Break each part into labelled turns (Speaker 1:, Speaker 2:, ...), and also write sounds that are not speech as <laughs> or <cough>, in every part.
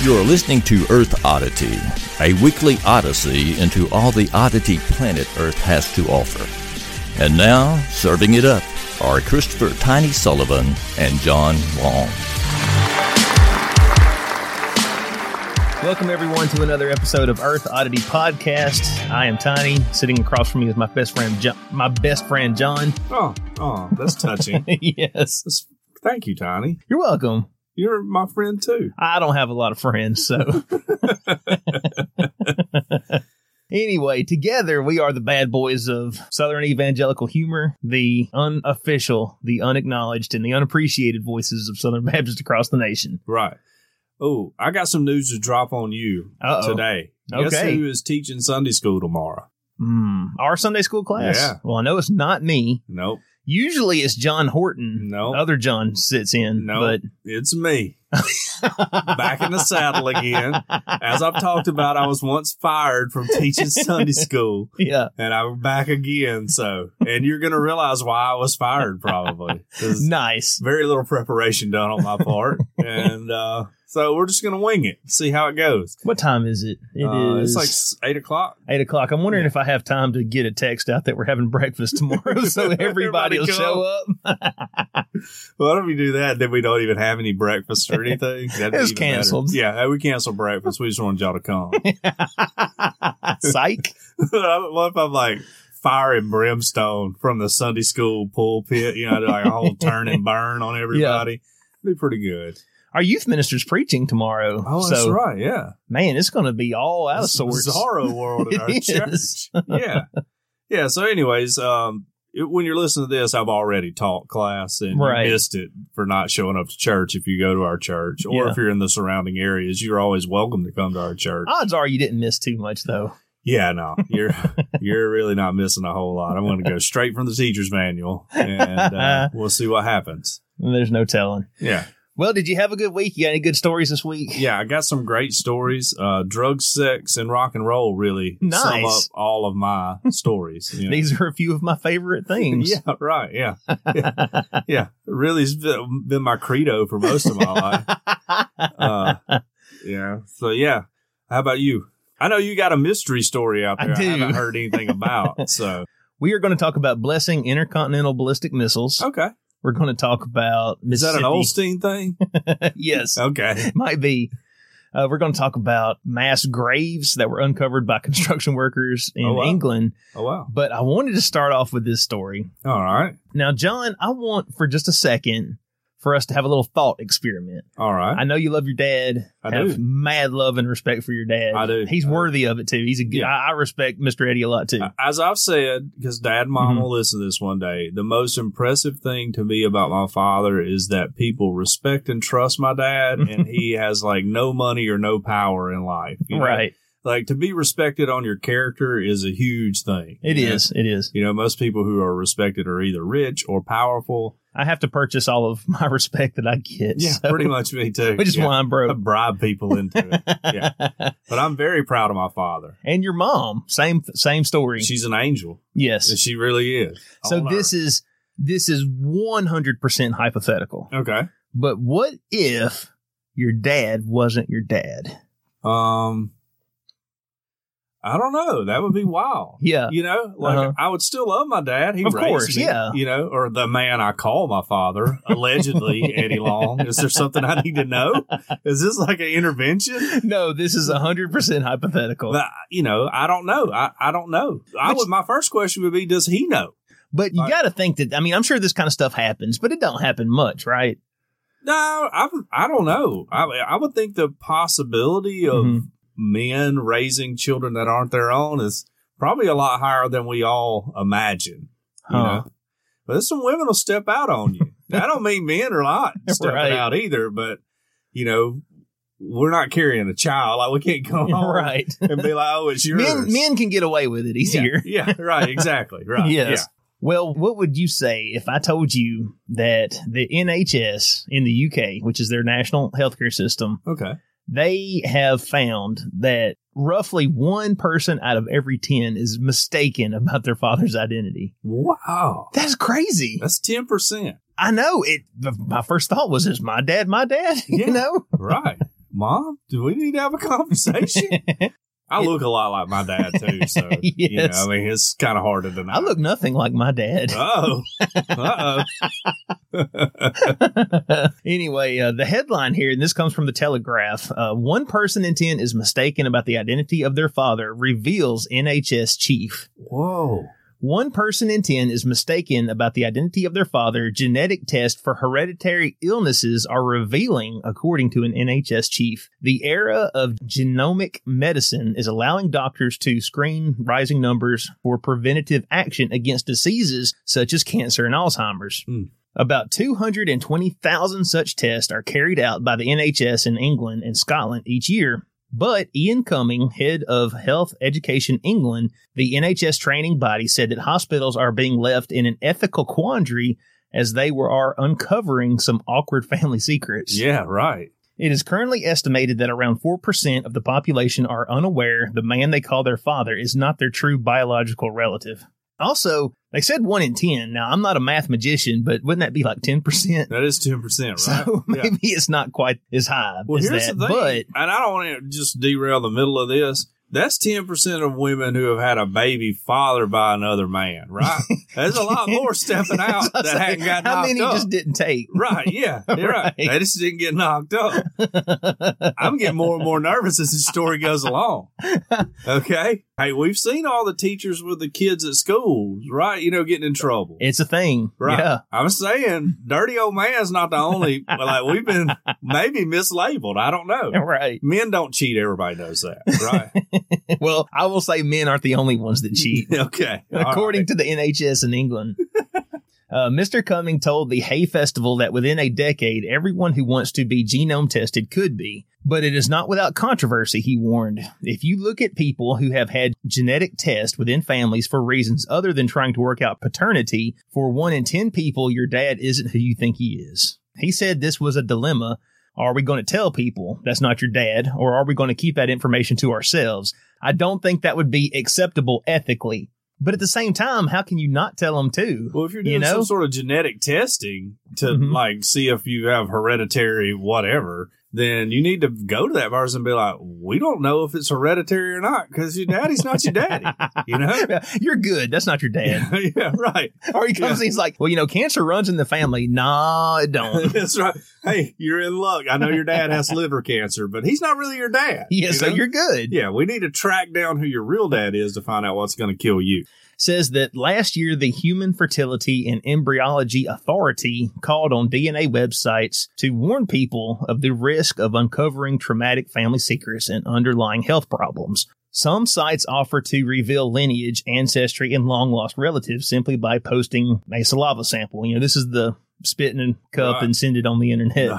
Speaker 1: You're listening to Earth Oddity, a weekly odyssey into all the oddity planet Earth has to offer. And now, serving it up are Christopher Tiny Sullivan and John Long.
Speaker 2: Welcome, everyone, to another episode of Earth Oddity Podcast. I am Tiny. Sitting across from me is my best friend, jo- my best friend John. <laughs>
Speaker 3: Oh, oh, that's touching.
Speaker 2: yes,
Speaker 3: Thank you, Tiny.
Speaker 2: you're welcome.
Speaker 3: You're my friend too.
Speaker 2: I don't have a lot of friends, so. <laughs> anyway, together we are the bad boys of Southern evangelical humor, the unofficial, the unacknowledged, and the unappreciated voices of Southern Baptists across the nation.
Speaker 3: Right. Oh, I got some news to drop on you
Speaker 2: Uh-oh.
Speaker 3: today. Guess
Speaker 2: Okay.
Speaker 3: who is teaching Sunday school tomorrow?
Speaker 2: Mm, our Sunday school class.
Speaker 3: Yeah.
Speaker 2: Well, I know it's not me.
Speaker 3: Nope.
Speaker 2: Usually it's John Horton.
Speaker 3: No.
Speaker 2: Other John sits in.
Speaker 3: Oh. No.
Speaker 2: But <laughs>
Speaker 3: It's me. <laughs> Back in the saddle again. As I've talked about, I was once fired from
Speaker 2: <laughs>
Speaker 3: teaching Sunday school
Speaker 2: yeah.
Speaker 3: and I'm back again. So, and you're going to realize why I was fired probably. 'Cause
Speaker 2: Nice.
Speaker 3: very little preparation done on my
Speaker 2: <laughs>
Speaker 3: part. and, uh, so we're just going to wing it, see how it goes.
Speaker 2: What time is it? It is
Speaker 3: Uh, It's like s- eight o'clock.
Speaker 2: eight o'clock. I'm wondering if I have time to get a text out that we're having breakfast tomorrow, so everybody,
Speaker 3: <laughs> Everybody
Speaker 2: will
Speaker 3: come.
Speaker 2: show up.
Speaker 3: Well, if we do that, then we don't even have any
Speaker 2: <laughs>
Speaker 3: breakfast or anything. That'd be
Speaker 2: It's
Speaker 3: even better.
Speaker 2: canceled.
Speaker 3: Yeah, we canceled breakfast. We just wanted y'all
Speaker 2: <laughs>
Speaker 3: to come. <laughs>
Speaker 2: Psych.
Speaker 3: what if I'm like fire and brimstone from the Sunday school pulpit? You know, do like
Speaker 2: <laughs>
Speaker 3: a whole turn and burn on everybody. Be pretty good.
Speaker 2: Our youth minister's preaching tomorrow.
Speaker 3: Oh,
Speaker 2: so,
Speaker 3: that's right. Yeah,
Speaker 2: man, it's going to be all out of
Speaker 3: It's
Speaker 2: sorts.
Speaker 3: bizarro world
Speaker 2: <laughs> It
Speaker 3: in our
Speaker 2: is.
Speaker 3: church. Yeah, yeah. So, anyways, um, it- when you're listening to this, I've already taught class and you
Speaker 2: Right.
Speaker 3: missed it for not showing up to church. If you go to our church, or
Speaker 2: Yeah.
Speaker 3: if you're in the surrounding areas, you're always welcome to come to our church.
Speaker 2: Odds are you didn't miss too much, though.
Speaker 3: Yeah, no,
Speaker 2: <laughs>
Speaker 3: you're you're really not missing a whole lot. I'm going to go straight from the teacher's manual, and
Speaker 2: <laughs>
Speaker 3: uh, we'll see what happens.
Speaker 2: There's no telling.
Speaker 3: Yeah,
Speaker 2: Well, did you have a good week? You got any good stories this week?
Speaker 3: yeah, I got some great stories. Uh, drug, sex, and rock and roll really sum up
Speaker 2: Nice.
Speaker 3: all of my
Speaker 2: <laughs>
Speaker 3: stories. you know.
Speaker 2: These are a few of my favorite
Speaker 3: <laughs>
Speaker 2: things.
Speaker 3: yeah, right. Yeah,
Speaker 2: <laughs>
Speaker 3: yeah, yeah. Really has been been my credo for most of my life.
Speaker 2: <laughs>
Speaker 3: Uh, yeah. So yeah, how about you? I know you got a mystery story out
Speaker 2: I
Speaker 3: there.
Speaker 2: do.
Speaker 3: haven't heard
Speaker 2: <laughs>
Speaker 3: anything about. So
Speaker 2: We are going to talk about blessing intercontinental ballistic missiles.
Speaker 3: okay,
Speaker 2: We're going to talk about
Speaker 3: Oh. is that
Speaker 2: Mississippi.
Speaker 3: an Oh. Olstein thing?
Speaker 2: <laughs> yes.
Speaker 3: Okay.
Speaker 2: It might be. Uh, we're going to talk about mass graves that were uncovered by <laughs> construction workers in
Speaker 3: Oh, wow.
Speaker 2: England.
Speaker 3: Oh wow!
Speaker 2: But I wanted to start off with this story.
Speaker 3: All right,
Speaker 2: Now, John, I want for just a second for us to have a little thought experiment.
Speaker 3: all right.
Speaker 2: I know you love your dad.
Speaker 3: I
Speaker 2: have
Speaker 3: do.
Speaker 2: mad love and respect for your dad.
Speaker 3: I do.
Speaker 2: He's
Speaker 3: I do.
Speaker 2: worthy of it too. He's a good.
Speaker 3: Yeah. Uh,
Speaker 2: I, I respect Mr. Eddie a lot too.
Speaker 3: As I've said, because Dad, and
Speaker 2: Mm-hmm.
Speaker 3: Mom will listen to this one day. The most impressive thing to me about my father is that people respect and trust my
Speaker 2: <laughs>
Speaker 3: dad, and he has like no money or no power in life. you know?
Speaker 2: right.
Speaker 3: Like to be respected on your character is a huge thing.
Speaker 2: It is.
Speaker 3: you know?
Speaker 2: It is.
Speaker 3: You know, most people who are respected are either rich
Speaker 2: <laughs>
Speaker 3: or powerful.
Speaker 2: I have to purchase all of my <laughs> respect that I get. so-
Speaker 3: <laughs> pretty much me too.
Speaker 2: which is
Speaker 3: yeah.
Speaker 2: why I'm
Speaker 3: I
Speaker 2: broke.
Speaker 3: bribe people into it.
Speaker 2: <laughs>
Speaker 3: yeah, but I'm very proud of my father.
Speaker 2: and your mom, same same story.
Speaker 3: She's an angel.
Speaker 2: yes.
Speaker 3: She really is.
Speaker 2: So this is this is 100% hypothetical.
Speaker 3: okay.
Speaker 2: But what if your dad wasn't your dad?
Speaker 3: Um, I don't know. That would be wild.
Speaker 2: Yeah. <laughs>
Speaker 3: You know, like
Speaker 2: Uh-huh.
Speaker 3: I would still love my dad. He
Speaker 2: Of
Speaker 3: raised
Speaker 2: course,
Speaker 3: me,
Speaker 2: yeah.
Speaker 3: You know, or the man I call my father,
Speaker 2: <laughs>
Speaker 3: allegedly Eddie Long. Is there something I need to know? Is this like an intervention?
Speaker 2: No, this is 100% hypothetical.
Speaker 3: But, you know, I don't know. I, I don't know. I
Speaker 2: Which-
Speaker 3: would. My first question would be, does he know?
Speaker 2: but you
Speaker 3: I-
Speaker 2: got to think that I mean, I'm sure this kind of stuff happens, but it don't happen much, right?
Speaker 3: No, I I don't know. I I would think the possibility of
Speaker 2: Mhm.
Speaker 3: men raising children that aren't their own is probably a lot higher than we all imagine. You
Speaker 2: Huh.
Speaker 3: know? But there's some women will step out
Speaker 2: <laughs>
Speaker 3: on you. Now, I don't mean men are not stepping
Speaker 2: Right.
Speaker 3: out either, but you know, we're not carrying a child. Like we
Speaker 2: <laughs>
Speaker 3: can't come home
Speaker 2: right.
Speaker 3: and be like, "Oh, it's Oh, <laughs> yours."
Speaker 2: Men, men can get away with it
Speaker 3: yeah,
Speaker 2: easier.
Speaker 3: yeah, right, exactly,
Speaker 2: <laughs>
Speaker 3: right.
Speaker 2: Yes. Well, what would you say if I told you that the NHS in the UK, which is their national healthcare system,
Speaker 3: Yeah. Okay.
Speaker 2: they have found that roughly one person out of every 10 is mistaken about their father's identity.
Speaker 3: Wow.
Speaker 2: That's crazy.
Speaker 3: That's ten percent.
Speaker 2: I know. It. My first thought was, is my dad my dad? <laughs>
Speaker 3: Yeah.
Speaker 2: You
Speaker 3: <laughs>
Speaker 2: know?
Speaker 3: Right. Mom, do we need to have
Speaker 2: <laughs>
Speaker 3: a conversation? I look a lot like my dad too, so you know,
Speaker 2: Yes.
Speaker 3: I mean it's kinda hard to deny.
Speaker 2: I look nothing like my dad.
Speaker 3: Oh.
Speaker 2: <laughs>
Speaker 3: Uh oh.
Speaker 2: anyway, uh, the headline here, and this comes from the Telegraph uh, one person in 10 is mistaken about the identity of their father, reveals NHS chief.
Speaker 3: <laughs> Whoa.
Speaker 2: One person in 10 is mistaken about the identity of their father. Genetic tests for hereditary illnesses are revealing, according to an NHS chief. The era of genomic medicine is allowing doctors to screen rising numbers for preventative action against diseases such as cancer and Alzheimer's.
Speaker 3: Hmm.
Speaker 2: About 220,000 such tests are carried out by the NHS in England and Scotland each year. But Ian Cumming, head of Health Education England, the NHS training body said that hospitals are being left in an ethical quandary as they were, are uncovering some awkward family secrets.
Speaker 3: Yeah, right.
Speaker 2: It is currently estimated that around 4% of the population are unaware the man they call their father is not their true biological relative. Also, they said 1 in 10. Now, I'm not a math magician, but wouldn't that be like 10%?
Speaker 3: That is ten percent,
Speaker 2: <laughs>
Speaker 3: right?
Speaker 2: So <laughs>
Speaker 3: Yeah.
Speaker 2: maybe it's not quite as high
Speaker 3: Well,
Speaker 2: as
Speaker 3: here's
Speaker 2: that.
Speaker 3: the thing,
Speaker 2: But
Speaker 3: and I don't want to just derail the middle of this. That's ten percent of women who have had a baby fathered by another man,
Speaker 2: <laughs>
Speaker 3: right? There's a lot more stepping out that
Speaker 2: Say,
Speaker 3: hadn't got
Speaker 2: how
Speaker 3: knocked
Speaker 2: many
Speaker 3: up.
Speaker 2: just didn't take?
Speaker 3: <laughs>
Speaker 2: <laughs>
Speaker 3: Right, yeah, you're right.
Speaker 2: Right.
Speaker 3: They just didn't get knocked up. I'm getting more and more nervous as the story
Speaker 2: <laughs>
Speaker 3: goes along. Okay, hey, we've seen all the teachers with the kids at schools, right? You know, getting in trouble.
Speaker 2: It's a thing.
Speaker 3: Right.
Speaker 2: Yeah.
Speaker 3: I'm saying, dirty old man's not
Speaker 2: <laughs>
Speaker 3: the only. like we've been maybe mislabeled. I don't know.
Speaker 2: Right.
Speaker 3: Men don't cheat. Everybody
Speaker 2: <laughs>
Speaker 3: knows that, right?
Speaker 2: Well, I will say men aren't the only ones that cheat,
Speaker 3: <laughs> okay.
Speaker 2: according to the NHS in England. Uh, Mr. Cumming told the Hay Festival that within a decade, everyone who wants to be genome tested could be. But it is not without controversy, he warned. If you look at people who have had genetic tests within families for reasons other than trying to work out paternity, for one in 10 people, your dad isn't who you think he is. He said this was a dilemma. Are we going to tell people that's not your dad, or are we going to keep that information to ourselves? I don't think that would be acceptable ethically. But at the same time, how can you not tell them too? <laughs>
Speaker 3: Well, if you're
Speaker 2: you
Speaker 3: doing
Speaker 2: know?
Speaker 3: some sort of genetic testing to
Speaker 2: Mhm.
Speaker 3: like see if you have hereditary whatever, then you need to go to that person and be like, we don't know if it's hereditary or not because your daddy's not
Speaker 2: <laughs>
Speaker 3: your daddy. You know? <laughs>
Speaker 2: You're good. That's not your dad.
Speaker 3: yeah, right.
Speaker 2: Or he comes
Speaker 3: Yeah.
Speaker 2: and he's like, well, you know, cancer runs in the family. Nah, it don't. <laughs>
Speaker 3: That's right. Hey, you're in luck. I know your dad has liver cancer, but he's not really your dad.
Speaker 2: Yeah,
Speaker 3: you
Speaker 2: so
Speaker 3: know?
Speaker 2: you're good.
Speaker 3: Yeah, we need to track down who your real dad is to find out what's going to
Speaker 2: <laughs>
Speaker 3: kill you.
Speaker 2: Says that last year, the Human Fertility and Embryology Authority called on DNA websites to warn people of the risk of uncovering traumatic family secrets and underlying health problems. Some sites offer to reveal lineage, ancestry, and long lost relatives simply by posting a saliva sample. You know, this is the spit in a cup
Speaker 3: Right.
Speaker 2: and send it on the internet.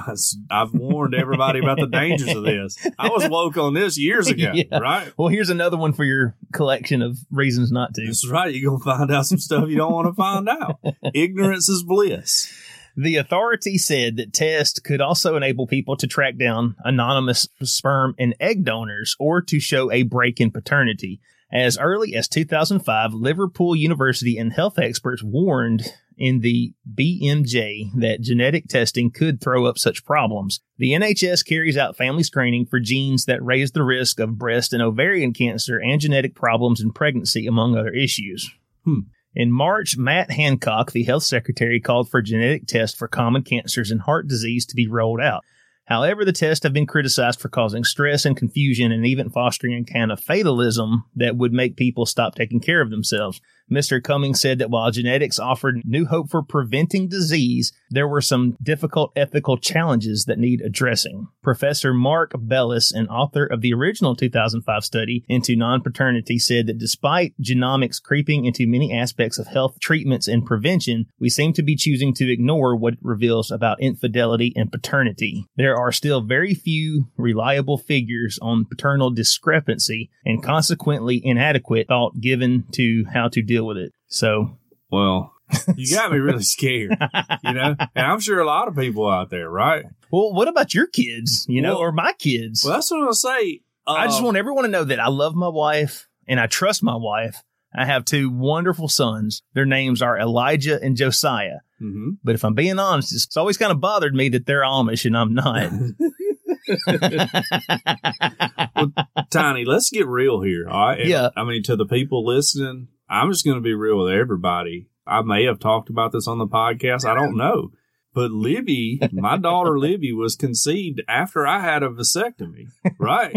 Speaker 3: I've warned everybody about the dangers of this. I was woke on this years ago,
Speaker 2: <laughs> Yeah.
Speaker 3: right?
Speaker 2: Well, here's another one for your collection of reasons not to.
Speaker 3: That's right. You're going to find out some stuff you don't want to find out. Ignorance is bliss.
Speaker 2: The authority said that tests could also enable people to track down anonymous sperm and egg donors or to show a break in paternity. As early as 2005, Liverpool University and health experts warned in the BMJ that genetic testing could throw up such problems. The NHS carries out family screening for genes that raise the risk of breast and ovarian cancer and genetic problems in pregnancy, among other issues. In March, Matt Hancock, the health secretary, called for genetic tests for common cancers and heart disease to be rolled out. However, the tests have been criticized for causing stress and confusion and even fostering a kind of fatalism that would make people stop taking care of themselves. Mr. Cummings said that while genetics offered new hope for preventing disease, there were some difficult ethical challenges that need addressing. Professor Mark Bellis, an author of the original 2005 study into non-paternity, said that despite genomics creeping into many aspects of health treatments and prevention, we seem to be choosing to ignore what it reveals about infidelity and paternity. There are still very few reliable figures on paternal discrepancy and consequently inadequate thought given to how to deal with it. So,
Speaker 3: Well, you got me really scared, you know? And I'm sure a lot of people out there, right?
Speaker 2: well, what about your kids, you know,
Speaker 3: Well-
Speaker 2: or my kids?
Speaker 3: Well, that's what I'll say.
Speaker 2: I just
Speaker 3: Um,
Speaker 2: want everyone to know that I love my wife and I trust my wife. I have two wonderful sons. Their names are Elijah and Josiah.
Speaker 3: mhm.
Speaker 2: But if I'm being honest, it's always kind of bothered me that they're Amish and I'm
Speaker 3: <laughs>
Speaker 2: not.
Speaker 3: Tiny, let's get real here. All right. And,
Speaker 2: Yeah.
Speaker 3: I mean, to the people listening, I'm just going to be real with everybody. I may have talked about this on the podcast. I don't know. But Libby,
Speaker 2: <laughs>
Speaker 3: my daughter Libby, was conceived after I had a vasectomy,
Speaker 2: <laughs>
Speaker 3: right?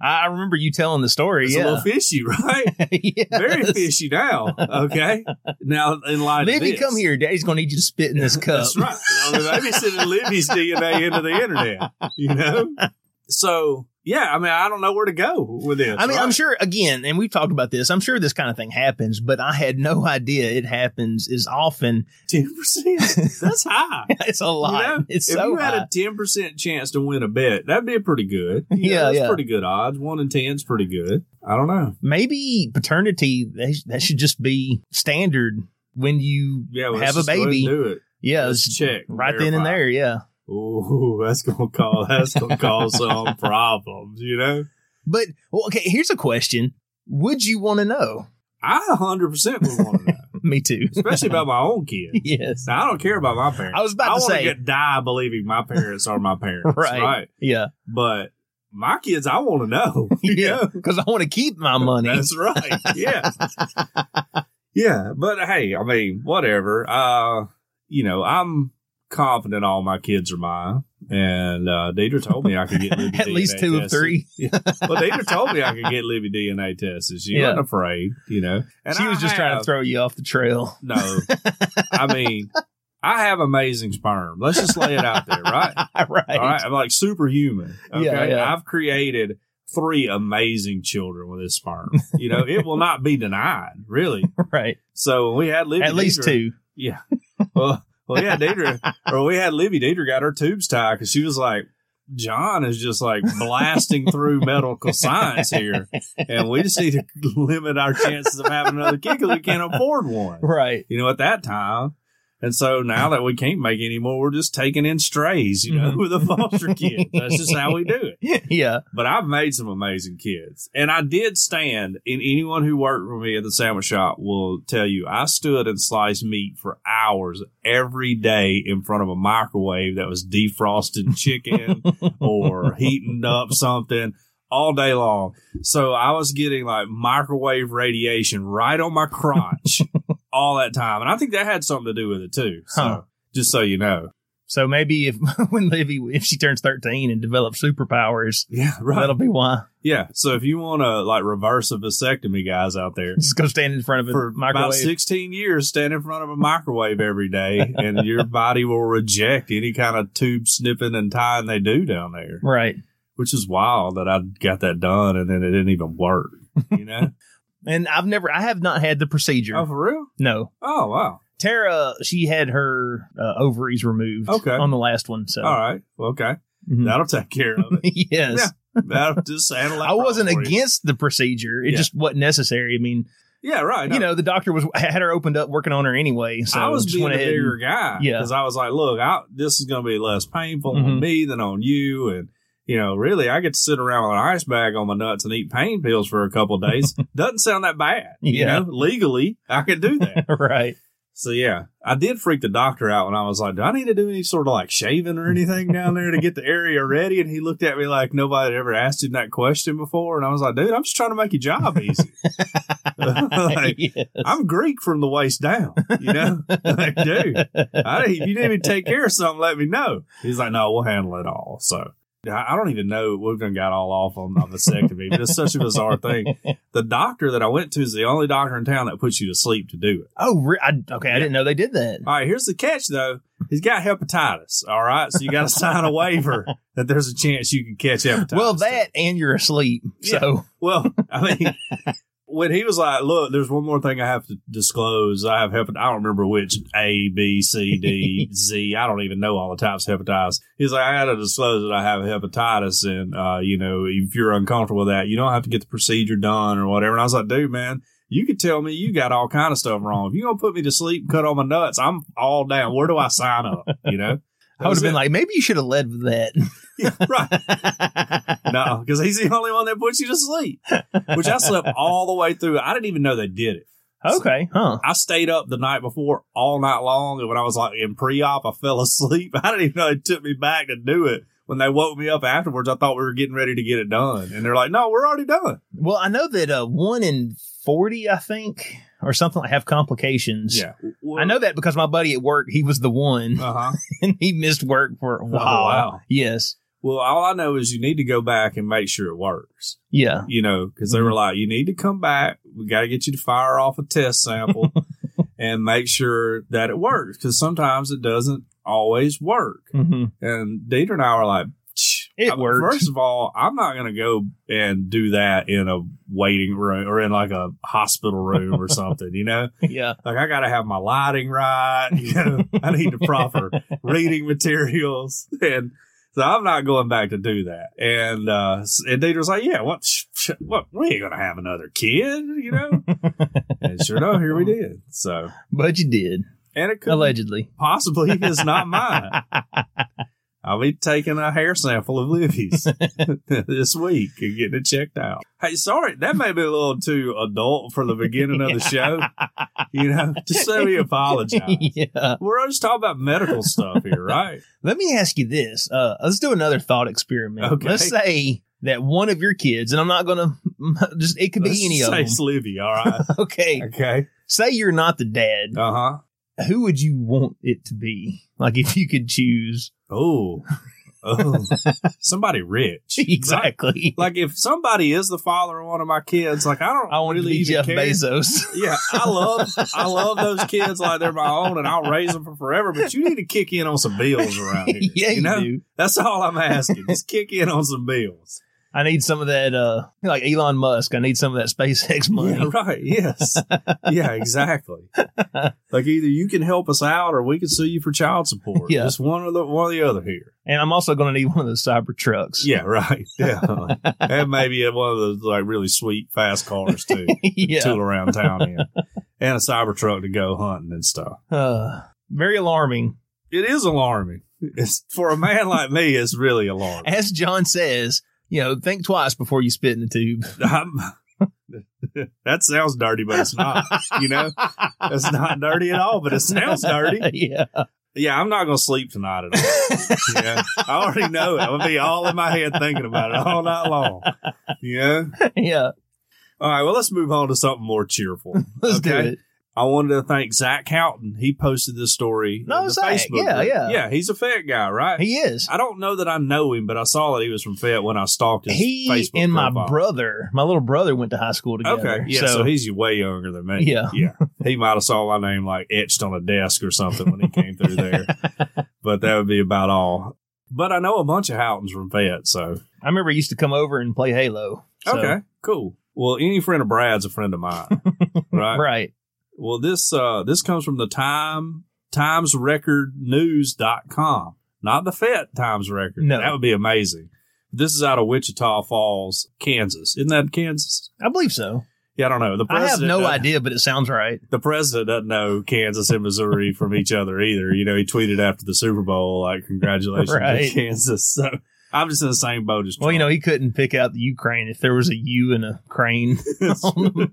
Speaker 2: I I remember you telling the story.
Speaker 3: It's a little
Speaker 2: yeah.
Speaker 3: fishy, right?
Speaker 2: <laughs> Yes.
Speaker 3: Very fishy now. Okay. Now, in light of
Speaker 2: Libby,
Speaker 3: this,
Speaker 2: come here. Daddy's going to need you to spit in
Speaker 3: <laughs>
Speaker 2: this cup.
Speaker 3: That's right. I mean, maybe sending Libby's DNA into the internet, you know? So, yeah, I mean, I don't know where to go with this.
Speaker 2: I mean, I'm
Speaker 3: right?
Speaker 2: sure, again, and we've talked about this, I'm sure this kind of thing happens, but I had no idea it happens as often. <laughs>
Speaker 3: <laughs> 10%. That's high.
Speaker 2: It's a lot.
Speaker 3: You know,
Speaker 2: <laughs> it's
Speaker 3: if
Speaker 2: so
Speaker 3: you had
Speaker 2: high.
Speaker 3: a ten percent chance to win a bet, that'd be pretty good.
Speaker 2: <laughs> Yeah,
Speaker 3: that's
Speaker 2: yeah.
Speaker 3: pretty good odds. One in ten's pretty good. I don't know.
Speaker 2: Maybe paternity, they, that should just be standard when you
Speaker 3: Yeah, well,
Speaker 2: have a
Speaker 3: let's just go ahead
Speaker 2: baby.
Speaker 3: and do it.
Speaker 2: yeah,
Speaker 3: let's
Speaker 2: it's
Speaker 3: check and
Speaker 2: Right then and
Speaker 3: verify.
Speaker 2: there, yeah.
Speaker 3: Ooh, that's gonna cause that's gonna
Speaker 2: <laughs>
Speaker 3: cause some problems. You know,
Speaker 2: But, well, okay, here's a question. Would you want to know?
Speaker 3: I hundred percent would want to know,
Speaker 2: Me
Speaker 3: <laughs>
Speaker 2: too.
Speaker 3: especially about my own kid.
Speaker 2: yes.
Speaker 3: Now, I don't care about my parents.
Speaker 2: I was about to
Speaker 3: wanna
Speaker 2: say-
Speaker 3: get, die believing my parents
Speaker 2: <laughs>
Speaker 3: are my parents,
Speaker 2: Right.
Speaker 3: right? <laughs>
Speaker 2: Yeah.
Speaker 3: But my kids, I want to know. <laughs> You
Speaker 2: Yeah. <laughs>
Speaker 3: know?
Speaker 2: Because I want to keep my money.
Speaker 3: That's right. Yeah. <laughs> yeah. But hey, I mean, whatever. Uh, you know, I'm confident all my kids are mine. And uh Deidre told me I could get
Speaker 2: <laughs>
Speaker 3: Libby
Speaker 2: At
Speaker 3: DNA
Speaker 2: least two of
Speaker 3: tested.
Speaker 2: three.
Speaker 3: Well,
Speaker 2: <laughs>
Speaker 3: Deidre told me I could get Libby DNA tested. She
Speaker 2: Yeah.
Speaker 3: wasn't afraid, you know. And
Speaker 2: she was
Speaker 3: I
Speaker 2: just trying
Speaker 3: have-
Speaker 2: to throw you off the
Speaker 3: <laughs>
Speaker 2: trail.
Speaker 3: No. I
Speaker 2: <laughs>
Speaker 3: mean, I have amazing sperm. Let's just lay it out there, right?
Speaker 2: <laughs> right.
Speaker 3: All right. I'm like superhuman. Okay.
Speaker 2: <laughs> Yeah, yeah.
Speaker 3: I've created three amazing children with this sperm. You know, it will not be denied, really.
Speaker 2: Right.
Speaker 3: So when we had Libby.
Speaker 2: At least
Speaker 3: Deidre-
Speaker 2: two.
Speaker 3: Yeah. Well, well, yeah, Deidre, or we had Libby. Deidre got her tubes tied because she was like, John is just like blasting through medical science here. And we just need to <laughs> limit our chances of having another kid because we can't afford one
Speaker 2: Right. <laughs>
Speaker 3: <laughs> you know, at that time. And so now that we can't make any more, we're just taking in strays, you know, <laughs>
Speaker 2: Mhm.
Speaker 3: with the foster kids. That's just how we do it.
Speaker 2: Yeah.
Speaker 3: But I've made some amazing kids. And I did stand, and anyone who worked with me at the sandwich shop will tell you, I stood and sliced meat for hours every day in front of a microwave that
Speaker 2: <laughs>
Speaker 3: was defrosting chicken or heating up something all day long. So I was getting like microwave radiation right on my
Speaker 2: <laughs>
Speaker 3: crotch all that time. And I think that had something to do with it too. So
Speaker 2: Huh.
Speaker 3: just so you know.
Speaker 2: So maybe if <laughs> when Livy if she turns thirteen and develops superpowers,
Speaker 3: Yeah,
Speaker 2: that'll be why.
Speaker 3: Yeah. So if you want to like reverse a vasectomy, guys out there,
Speaker 2: Just go stand in front of a
Speaker 3: for
Speaker 2: microwave.
Speaker 3: about 16 years stand in front of a microwave every day and your body will reject any kind of tube snipping and tying they do down there
Speaker 2: Right.
Speaker 3: which is wild that i got that done and then it didn't even work you know
Speaker 2: And I've never I have not had the procedure.
Speaker 3: <laughs> oh for real
Speaker 2: No.
Speaker 3: oh wow
Speaker 2: Tara, she had her uh, ovaries removed
Speaker 3: Okay.
Speaker 2: on the last one. So
Speaker 3: all right okay
Speaker 2: Mhm.
Speaker 3: that'll take care of it
Speaker 2: <laughs> yes.
Speaker 3: Yeah. that'll just handle that
Speaker 2: I wasn't
Speaker 3: problem for you.
Speaker 2: against the procedure. It
Speaker 3: Yeah.
Speaker 2: just wasn't necessary. I mean,
Speaker 3: yeah right
Speaker 2: you
Speaker 3: No.
Speaker 2: know, the doctor was had her opened up working on her anyway. So
Speaker 3: I was
Speaker 2: just
Speaker 3: being a
Speaker 2: went ahead and-
Speaker 3: bigger guy
Speaker 2: Yeah.
Speaker 3: because I was like, look, I, this is going to be less painful
Speaker 2: Mhm.
Speaker 3: on me than on you, and you know, really, I get to sit around with an ice bag on my nuts and eat pain pills for a couple of
Speaker 2: <laughs>
Speaker 3: days. Doesn't sound that bad,
Speaker 2: Yeah.
Speaker 3: you know. Legally, I could
Speaker 2: <laughs>
Speaker 3: do that.
Speaker 2: right.
Speaker 3: so yeah, I did freak the doctor out when I was like, do I need to do any sort of like shaving or anything down there to get the area ready? And he looked at me like nobody had ever asked him that question before, and I was like, dude, I'm just trying to make your
Speaker 2: <laughs>
Speaker 3: job easy. <laughs> Like,
Speaker 2: Yes.
Speaker 3: I'm Greek from the waist down,
Speaker 2: <laughs>
Speaker 3: you know? like, dude, I, if you need me to take care of something, let me know. He's like, no, we'll handle it all. So I I don't even know. We've done got all off on the vasectomy, but it's such a bizarre thing. The doctor that I went to is the only doctor in town that puts you to sleep to do it.
Speaker 2: Oh, re- I, okay. I didn't know they did that.
Speaker 3: All right, here's the catch though. He's got hepatitis. All right, so you got to <laughs> sign a waiver that there's a chance you can catch hepatitis.
Speaker 2: well, that and you're asleep. So
Speaker 3: Well, I mean, when he was like, "Look, there's one more thing I have to disclose. I have hepat. I don't remember which A, B, C,
Speaker 2: <laughs>
Speaker 3: D, Z. I don't even know all the types of hepatitis." He's like, "I got to disclose that I have hepatitis, and uh, you know, if you're uncomfortable with that, you don't have to get the procedure done or whatever." And I was like, "Dude, man." You could tell me you got all kind of stuff wrong. If you gonna put me to sleep and cut all my nuts, I'm all down. Where do I sign up? You know,
Speaker 2: <laughs> I would have been like, maybe you should have led with
Speaker 3: <laughs> like, right?
Speaker 2: that.
Speaker 3: No, because he's the only one that puts you to sleep. Which I slept all the way through. I didn't even know they did it.
Speaker 2: <laughs> okay, huh?
Speaker 3: I stayed up the night before all night long, and when I was like in pre-op, I fell <laughs> asleep. I didn't even know they took me back to do it. When they woke me up afterwards, I thought we were getting ready to get it done, and they're like, "No, we're already done."
Speaker 2: Well, I know that uh, one in forty, I think, or something, like have complications. I know that because my buddy at work, he was the one,
Speaker 3: Uh huh.
Speaker 2: <laughs> and he missed work for a while.
Speaker 3: wow.
Speaker 2: Yes,
Speaker 3: Well, all I know is you need to go back and make sure it works.
Speaker 2: yeah.
Speaker 3: you know, because they were
Speaker 2: Mm-hmm.
Speaker 3: like, you need to come back. We got to get you to fire off a test sample
Speaker 2: <laughs>
Speaker 3: and make sure that it works because sometimes it doesn't always work.
Speaker 2: hmm
Speaker 3: And Dieter and I were like, "Tch,
Speaker 2: It
Speaker 3: I-
Speaker 2: works.
Speaker 3: First of all, I'm not going to go and do that in a waiting room or in like a hospital room
Speaker 2: <laughs>
Speaker 3: or something, you know?
Speaker 2: Yeah.
Speaker 3: Like, I got to have my lighting right.
Speaker 2: <laughs>
Speaker 3: You know, I need the <laughs> proper reading materials. <laughs> And so I'm not going back to do that. And, uh, s- and Dieter was like, yeah, what, sh- sh- what, we ain't going to have another kid,
Speaker 2: <laughs>
Speaker 3: you know? and sure enough, here we did. So,
Speaker 2: But you did,
Speaker 3: and it could <laughs>
Speaker 2: allegedly.
Speaker 3: possibly is
Speaker 2: <laughs>
Speaker 3: not mine. I'll be taking a hair sample of
Speaker 2: <laughs>
Speaker 3: Livy's <laughs> this week and getting it checked out. Hey, sorry, that may be a little too adult for the beginning of the show.
Speaker 2: <laughs>
Speaker 3: You know, just let me apologize.
Speaker 2: yeah.
Speaker 3: We're always talking about medical stuff here, right?
Speaker 2: Let me ask you this. Uh, let's do another thought experiment.
Speaker 3: Okay.
Speaker 2: Let's say that one of your kids, and I'm not going to <laughs> just, it could be
Speaker 3: Let's
Speaker 2: any of
Speaker 3: say
Speaker 2: them.
Speaker 3: it's Livy, all right.
Speaker 2: Okay.
Speaker 3: Okay.
Speaker 2: Say you're not the dad.
Speaker 3: Uh huh.
Speaker 2: Who would you want it to be? Like if you could choose.
Speaker 3: Oh.
Speaker 2: <laughs>
Speaker 3: Oh. Somebody rich. right?
Speaker 2: exactly.
Speaker 3: Like if somebody is the father of one of my kids, like I don't
Speaker 2: I want it to
Speaker 3: really
Speaker 2: be
Speaker 3: even
Speaker 2: Jeff
Speaker 3: care. <laughs>
Speaker 2: Bezos.
Speaker 3: Yeah, I love I love those kids like they're my own, and I'll raise them for forever. But you need to kick in on some
Speaker 2: <laughs>
Speaker 3: bills around here.
Speaker 2: yeah, you,
Speaker 3: you know
Speaker 2: do.
Speaker 3: that's all I'm asking. Just kick in on some bills.
Speaker 2: I need some of that, uh, like Elon Musk. I need some of that SpaceX money.
Speaker 3: <laughs> Yeah, right. Yes. yeah.
Speaker 2: <laughs>
Speaker 3: Exactly. Like either you can help us out, or we can sue you for child support.
Speaker 2: Yeah.
Speaker 3: Just one or the one or the other here.
Speaker 2: And I'm also going to need one of those cyber trucks.
Speaker 3: <laughs> Yeah. Right. Definitely. and maybe one of those like really sweet fast cars too.
Speaker 2: <laughs> yeah.
Speaker 3: Tool around town in, and a Cybertruck to go hunting and stuff.
Speaker 2: Uh, very alarming.
Speaker 3: It is alarming. It's for a man like me. It's
Speaker 2: <laughs>
Speaker 3: really alarming.
Speaker 2: As John says, you know, think twice before you spit in the
Speaker 3: <laughs>
Speaker 2: tube. <laughs>
Speaker 3: I'm, that sounds dirty, but it's not. You know, it's not dirty at all, but it sounds dirty.
Speaker 2: yeah. <laughs>
Speaker 3: Yeah, I'm not gonna sleep tonight at all. Yeah, I already know it. I'm gonna be all in my head thinking about it all night long. Yeah.
Speaker 2: Yeah.
Speaker 3: All right. Well, let's move on to something more cheerful.
Speaker 2: Let's
Speaker 3: Okay.
Speaker 2: do it.
Speaker 3: I wanted to thank Zach Houghton. He posted this story.
Speaker 2: No,
Speaker 3: in the
Speaker 2: Zach.
Speaker 3: Facebook
Speaker 2: Yeah,
Speaker 3: group.
Speaker 2: yeah.
Speaker 3: yeah. He's a Fed guy, right?
Speaker 2: He is.
Speaker 3: I don't know that I know him, but I saw that he was from Fed when I stalked his
Speaker 2: He
Speaker 3: Facebook
Speaker 2: and my
Speaker 3: profile.
Speaker 2: brother, my little brother went to high school together.
Speaker 3: Okay, yeah. So, he's way younger than me.
Speaker 2: Yeah.
Speaker 3: yeah. He might have saw my name like etched on a desk or something when he came
Speaker 2: <laughs>
Speaker 3: through there, but that would be about all. But I know a bunch of Houghtons from Fayette, so
Speaker 2: I remember he used to come over and play Halo. So-
Speaker 3: okay, cool. Well, any friend of Brad's a friend
Speaker 2: <laughs>
Speaker 3: of mine, right?
Speaker 2: Right.
Speaker 3: Well, this uh, this comes from the Time Times Record News.com, not the Fayette Times Record.
Speaker 2: No.
Speaker 3: that would be amazing. This is out of Wichita Falls, Kansas. Isn't that Kansas?
Speaker 2: I believe so.
Speaker 3: Yeah, I don't know. The
Speaker 2: I have
Speaker 3: president
Speaker 2: no
Speaker 3: doesn't-
Speaker 2: idea, but it sounds right.
Speaker 3: the president doesn't know Kansas and Missouri from each other either. You know, he tweeted after the Super Bowl, like, congratulations
Speaker 2: Right.
Speaker 3: to Kansas. So I'm just in the same boat as
Speaker 2: Well, you know,
Speaker 3: Trump.
Speaker 2: he couldn't pick out the Ukraine if there was a U and a crane <laughs> on the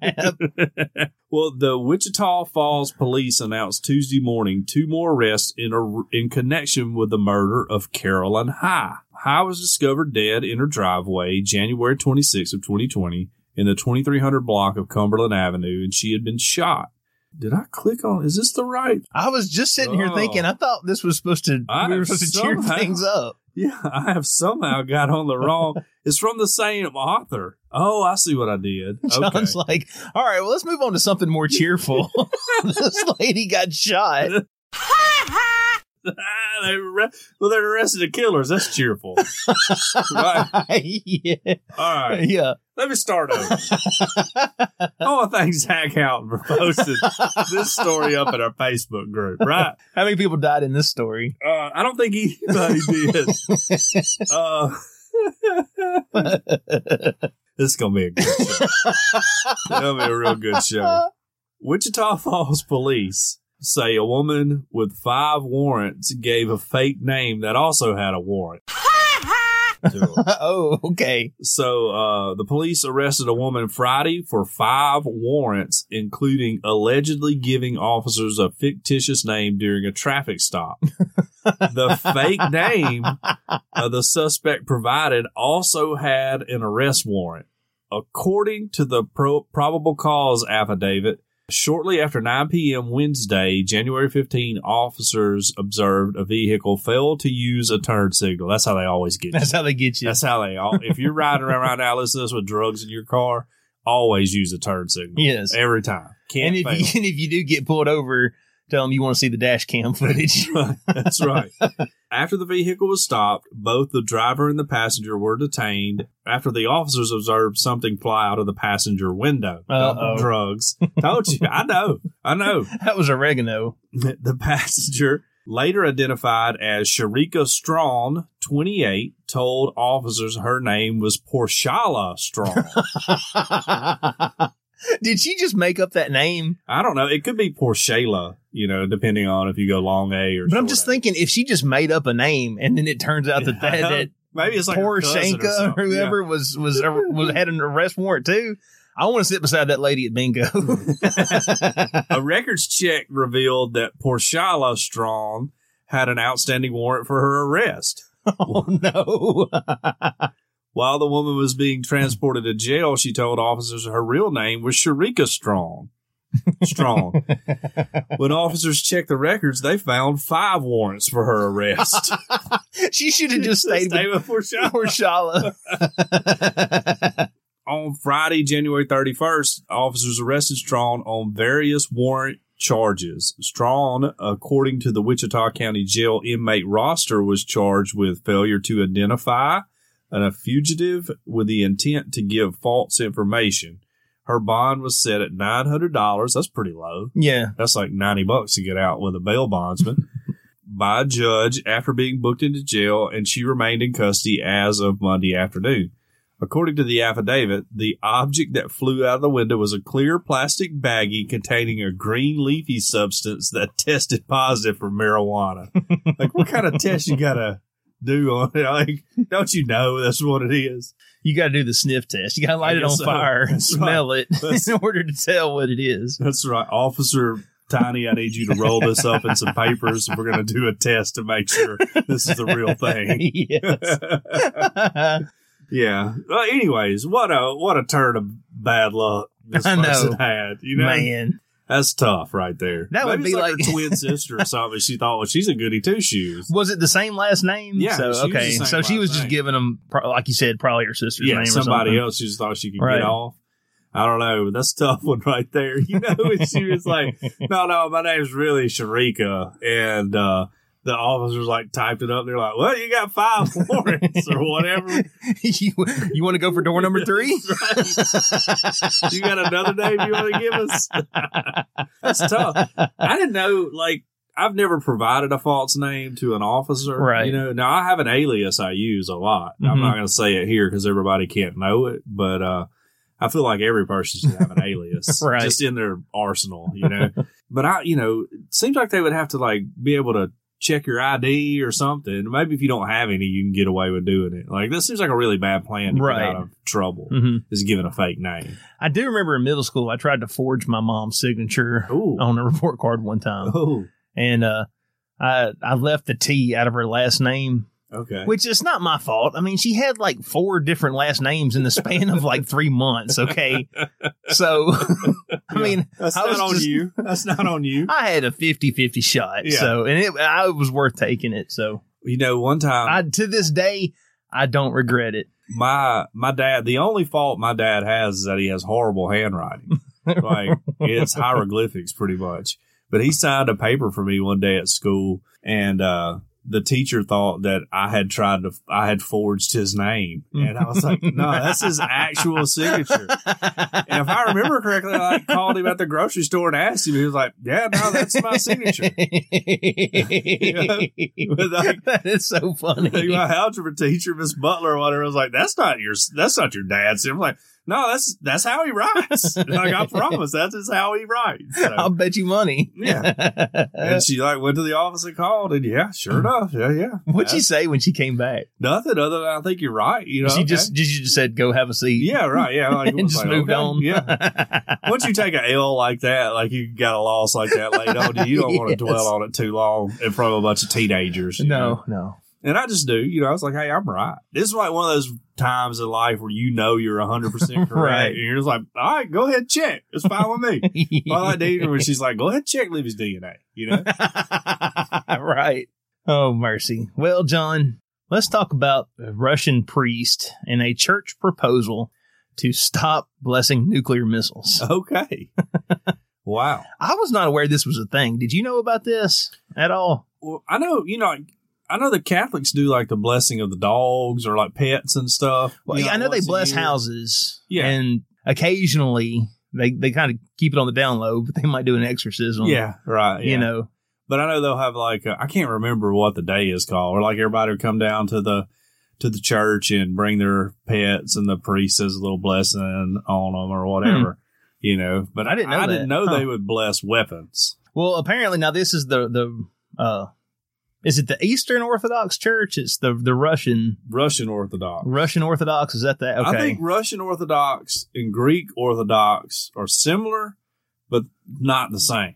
Speaker 2: map.
Speaker 3: well, the Wichita Falls police announced Tuesday morning two more arrests in, a, in connection with the murder of Carolyn High. High was discovered dead in her driveway January 26th of 2020 in the 2300 block of Cumberland Avenue, and she had been shot. Did I click on? Is this the right?
Speaker 2: I was just sitting here
Speaker 3: Oh.
Speaker 2: thinking, I thought this was supposed to,
Speaker 3: I
Speaker 2: we were
Speaker 3: am
Speaker 2: supposed to
Speaker 3: somehow-
Speaker 2: cheer things up. <laughs>
Speaker 3: Yeah, <laughs> I have somehow got on the wrong. It's from the same author. Oh, I see what I did. Okay.
Speaker 2: John's like, all right, well, let's move on to something more cheerful.
Speaker 3: <laughs>
Speaker 2: <laughs> this lady got shot.
Speaker 3: <laughs> they were, well, they're arrested the killers. That's cheerful. right.
Speaker 2: <laughs> yeah.
Speaker 3: All right.
Speaker 2: yeah. <laughs>
Speaker 3: Let me start over. I want to thank Zach Houghton for posting this story up in our Facebook group. Right.
Speaker 2: How many people died in this story?
Speaker 3: Uh, I don't think anybody did. Uh, <laughs> this is going to be a good show. It'll be a real good show. Wichita Falls police say a woman with five warrants gave a fake name that also had a warrant. to her.
Speaker 2: oh, okay.
Speaker 3: So uh, the police arrested a woman Friday for five warrants, including allegedly giving officers a fictitious name during a traffic stop. the fake name uh, the suspect provided also had an arrest warrant. According to the pro- probable cause affidavit, shortly after 9 p.m. Wednesday, January 15, officers observed a vehicle fail to use a turn signal. That's how they always
Speaker 2: <laughs>
Speaker 3: get. you.
Speaker 2: That's how they get you.
Speaker 3: That's how they all. If you're riding around right now, listen to this with drugs in your car, always use the turn signal.
Speaker 2: Yes.
Speaker 3: Every time.
Speaker 2: and
Speaker 3: Can't
Speaker 2: if,
Speaker 3: fail.
Speaker 2: you, <laughs> and if you do get pulled over, tell them you want to see the dash cam footage. <laughs>
Speaker 3: That's right. After the vehicle was stopped, both the driver and the passenger were detained after the officers observed something fly out of the passenger window. Dump
Speaker 2: Uh-oh.
Speaker 3: Drugs. Told you. I know. I know. <laughs>
Speaker 2: that was oregano.
Speaker 3: the passenger later identified as Sharika Strawn, 28, told officers her name was Porchala Strawn.
Speaker 2: <laughs> Did she just make up that name?
Speaker 3: I don't know. It could be Porchala, you know, depending on if you go long A or.
Speaker 2: But I'm
Speaker 3: short
Speaker 2: just
Speaker 3: A.
Speaker 2: thinking if she just made up a name and then it turns out that that,
Speaker 3: <laughs>
Speaker 2: that
Speaker 3: maybe it's like her
Speaker 2: poor
Speaker 3: cousin or
Speaker 2: Shanka or
Speaker 3: something. Yeah.
Speaker 2: whoever was was was had an arrest warrant too. I want to sit beside that lady at bingo. <laughs>
Speaker 3: A records check revealed that Porchala Strong had an outstanding warrant for her arrest.
Speaker 2: oh no! <laughs>
Speaker 3: While the woman was being transported to jail, she told officers her real name was Sharika Strong.
Speaker 2: <laughs>
Speaker 3: Strong. when officers checked the records, they found five warrants for
Speaker 2: <laughs>
Speaker 3: her arrest.
Speaker 2: she should have
Speaker 3: <laughs>
Speaker 2: just stayed
Speaker 3: Stay
Speaker 2: with
Speaker 3: with Porchala.
Speaker 2: poor Shala.
Speaker 3: on Friday, January 31st, officers arrested Strawn on various warrant charges. Strawn, according to the Wichita County Jail inmate roster, was charged with failure to identify a fugitive with the intent to give false information. Her bond was set at $900. That's pretty low.
Speaker 2: <laughs> yeah,
Speaker 3: That's like 90 bucks to get out with a bail bondsman by a judge after being booked into jail, and she remained in custody as of Monday afternoon. According to the affidavit, the object that flew out of the window was a clear plastic baggie containing a green leafy substance that <laughs> tested positive for marijuana. like, what kind of test you gotta do on it? Like, don't you know that's what it is?
Speaker 2: you got to do the sniff test. You got to light
Speaker 3: I
Speaker 2: it on
Speaker 3: guess so.
Speaker 2: fire and
Speaker 3: That's
Speaker 2: smell it <laughs>
Speaker 3: That's-
Speaker 2: in order to tell what it is.
Speaker 3: That's right, Officer Tiny. I need you to roll this up in some papers. We're going to do a test to make sure this is
Speaker 2: <laughs>
Speaker 3: the real thing.
Speaker 2: yes.
Speaker 3: <laughs> yeah. Well, anyways, what a what a turn of bad luck
Speaker 2: <laughs>
Speaker 3: this
Speaker 2: I know.
Speaker 3: person had. You know,
Speaker 2: Man,
Speaker 3: that's tough right there.
Speaker 2: That would
Speaker 3: Maybe it's
Speaker 2: be
Speaker 3: like, her
Speaker 2: like-
Speaker 3: twin sister or something. She thought, well, she's a goody two shoes.
Speaker 2: was it the same last name?
Speaker 3: Yeah, she
Speaker 2: So
Speaker 3: was the
Speaker 2: okay,
Speaker 3: same
Speaker 2: so she
Speaker 3: last
Speaker 2: was just
Speaker 3: name.
Speaker 2: giving them, pro- like you said, probably her sister's
Speaker 3: Yeah,
Speaker 2: name.
Speaker 3: somebody
Speaker 2: or
Speaker 3: else who just thought she could
Speaker 2: Right.
Speaker 3: get off. I don't know. but That's a tough one right there. <laughs> You know, and she
Speaker 2: <laughs>
Speaker 3: was like, no, no, my name's really Sharika. And uh, the officers like typed it up. They're like, well, you got five <laughs> warrants or whatever.
Speaker 2: something. <laughs> you you want to go for door number
Speaker 3: <laughs>
Speaker 2: three? Mm-hmm.
Speaker 3: you got another name you want to
Speaker 2: <laughs>
Speaker 3: give us? That's tough. I didn't know, like, I've never provided a false name to an officer.
Speaker 2: Right.
Speaker 3: You know, now I have an alias I use a lot.
Speaker 2: Mhm.
Speaker 3: I'm not going to say it here because everybody can't know it, but, uh, I feel like every person should have an
Speaker 2: <laughs>
Speaker 3: alias,
Speaker 2: Right.
Speaker 3: Just in their arsenal, you know. but I, you know, it seems like they would have to like be able to check your ID or something. Maybe if you don't have any, you can get away with doing it. Like this seems like a really bad plan to
Speaker 2: Right.
Speaker 3: get out of trouble
Speaker 2: hmm
Speaker 3: is giving a fake name.
Speaker 2: I do remember in middle school, I tried to forge my mom's signature
Speaker 3: Ooh.
Speaker 2: on a report card one
Speaker 3: <laughs>
Speaker 2: time,
Speaker 3: Oh,
Speaker 2: and uh, I I left the T out of her last name,
Speaker 3: okay.
Speaker 2: which is not my fault. I mean, she had like four different last names in the span of like three months.
Speaker 3: <laughs>
Speaker 2: Okay, so <laughs> I mean,
Speaker 3: That's
Speaker 2: I was
Speaker 3: not on
Speaker 2: just-
Speaker 3: <laughs> you. That's not on you.
Speaker 2: I had a 50-50 shot.
Speaker 3: Yeah.
Speaker 2: So, and it I it was worth taking it. So,
Speaker 3: You know, one time
Speaker 2: I to this day I don't regret it.
Speaker 3: my my dad the only fault my dad has is that he has horrible handwriting like it's hieroglyphics pretty much but he signed a paper for me one day at school and uh the teacher thought that I had tried to, I had forged his name. And I was like, no, that's his actual signature. <laughs> And if I remember correctly, I like, called him at the grocery store and asked him. He was like, yeah, no, that's
Speaker 2: <laughs>
Speaker 3: my signature. But, <laughs> like,
Speaker 2: that is so
Speaker 3: like
Speaker 2: funny.
Speaker 3: my algebra teacher, Miss Butler, or whatever, was like, "That's not your, that's not your dad's." I'm like, "No, that's that's how he writes." <laughs> like I promise, that's just how he writes. So,
Speaker 2: I'll bet you money.
Speaker 3: yeah,
Speaker 2: <laughs>
Speaker 3: and she like went to the office and called, and yeah, sure
Speaker 2: Hmm.
Speaker 3: enough, yeah, yeah.
Speaker 2: What'd she
Speaker 3: That's
Speaker 2: say when she came back?
Speaker 3: Nothing other than I think you're right. You know,
Speaker 2: she
Speaker 3: okay.
Speaker 2: just she just said, "Go have a seat."
Speaker 3: yeah, right, yeah, like, it
Speaker 2: <laughs> and
Speaker 3: was
Speaker 2: just
Speaker 3: like,
Speaker 2: moved
Speaker 3: okay,
Speaker 2: on.
Speaker 3: Yeah,
Speaker 2: <laughs>
Speaker 3: once you take a L like that, like you got a loss like that later on, you don't want
Speaker 2: <laughs>
Speaker 3: to
Speaker 2: Yes.
Speaker 3: dwell on it too long in front of a bunch of teenagers. you know?
Speaker 2: no, no.
Speaker 3: And I just do, you know, I was like, hey, I'm right. This is like one of those times in life where you know you're 100%
Speaker 2: <laughs>
Speaker 3: correct.
Speaker 2: Right.
Speaker 3: And you're just like, all right, go ahead, check. It's fine with
Speaker 2: <laughs>
Speaker 3: me. All I did was she's like, go ahead, check Libby's DNA,
Speaker 2: <laughs>
Speaker 3: you know?
Speaker 2: right. Oh, mercy. Well, John, let's talk about a Russian priest and a church proposal to stop blessing nuclear
Speaker 3: Uh.
Speaker 2: missiles.
Speaker 3: okay. wow.
Speaker 2: I was not aware this was a thing. Did you know about this at all?
Speaker 3: Well, I know, you know, I know the Catholics do like the blessing of the dogs or like pets and stuff.
Speaker 2: Well,
Speaker 3: you
Speaker 2: I know they
Speaker 3: once a
Speaker 2: bless
Speaker 3: year.
Speaker 2: houses.
Speaker 3: Yeah.
Speaker 2: And occasionally they, they kind of keep it on the down low, but they might do an exorcism.
Speaker 3: Yeah, right. yeah.
Speaker 2: You know,
Speaker 3: but I know they'll have like uh, I I can't remember what the day is called, where like everybody would come down to the to the church and bring their pets, and the priest says a little blessing on them or whatever, you know. But
Speaker 2: Hmm. I didn't know
Speaker 3: I didn't
Speaker 2: that.
Speaker 3: know they
Speaker 2: Huh.
Speaker 3: would bless weapons.
Speaker 2: well, apparently now this is the, the, uh, is it the Eastern Orthodox Church? It's the the Russian
Speaker 3: Russian Orthodox.
Speaker 2: Russian Orthodox. Is that that? Okay.
Speaker 3: I think Russian Orthodox and Greek Orthodox are similar, but not the same.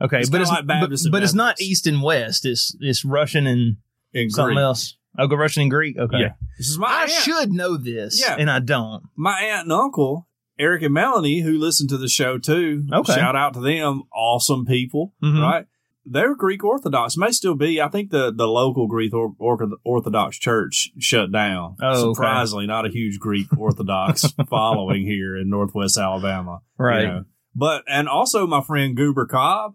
Speaker 2: Okay,
Speaker 3: It's
Speaker 2: but
Speaker 3: kinda
Speaker 2: it's
Speaker 3: like Baptist
Speaker 2: but,
Speaker 3: and
Speaker 2: but it's not
Speaker 3: Methodist.
Speaker 2: East and West. It's it's Russian and
Speaker 3: In
Speaker 2: something
Speaker 3: Greek,
Speaker 2: else. Oh, go Russian and Greek. Okay,
Speaker 3: Yeah. this is my
Speaker 2: I
Speaker 3: aunt.
Speaker 2: should know this,
Speaker 3: Yeah.
Speaker 2: and I don't.
Speaker 3: my aunt and uncle Eric and Melanie, who listen to the show too.
Speaker 2: Okay.
Speaker 3: shout out to them, awesome people,
Speaker 2: Mhm.
Speaker 3: right? They're Greek Orthodox, may still be. I think the the local Greek or, or, Orthodox Church shut down.
Speaker 2: Oh, okay.
Speaker 3: Surprisingly, not a
Speaker 2: <laughs>
Speaker 3: huge Greek Orthodox following here in Northwest Alabama, you
Speaker 2: Right.
Speaker 3: know. But and also my friend Goober Cobb,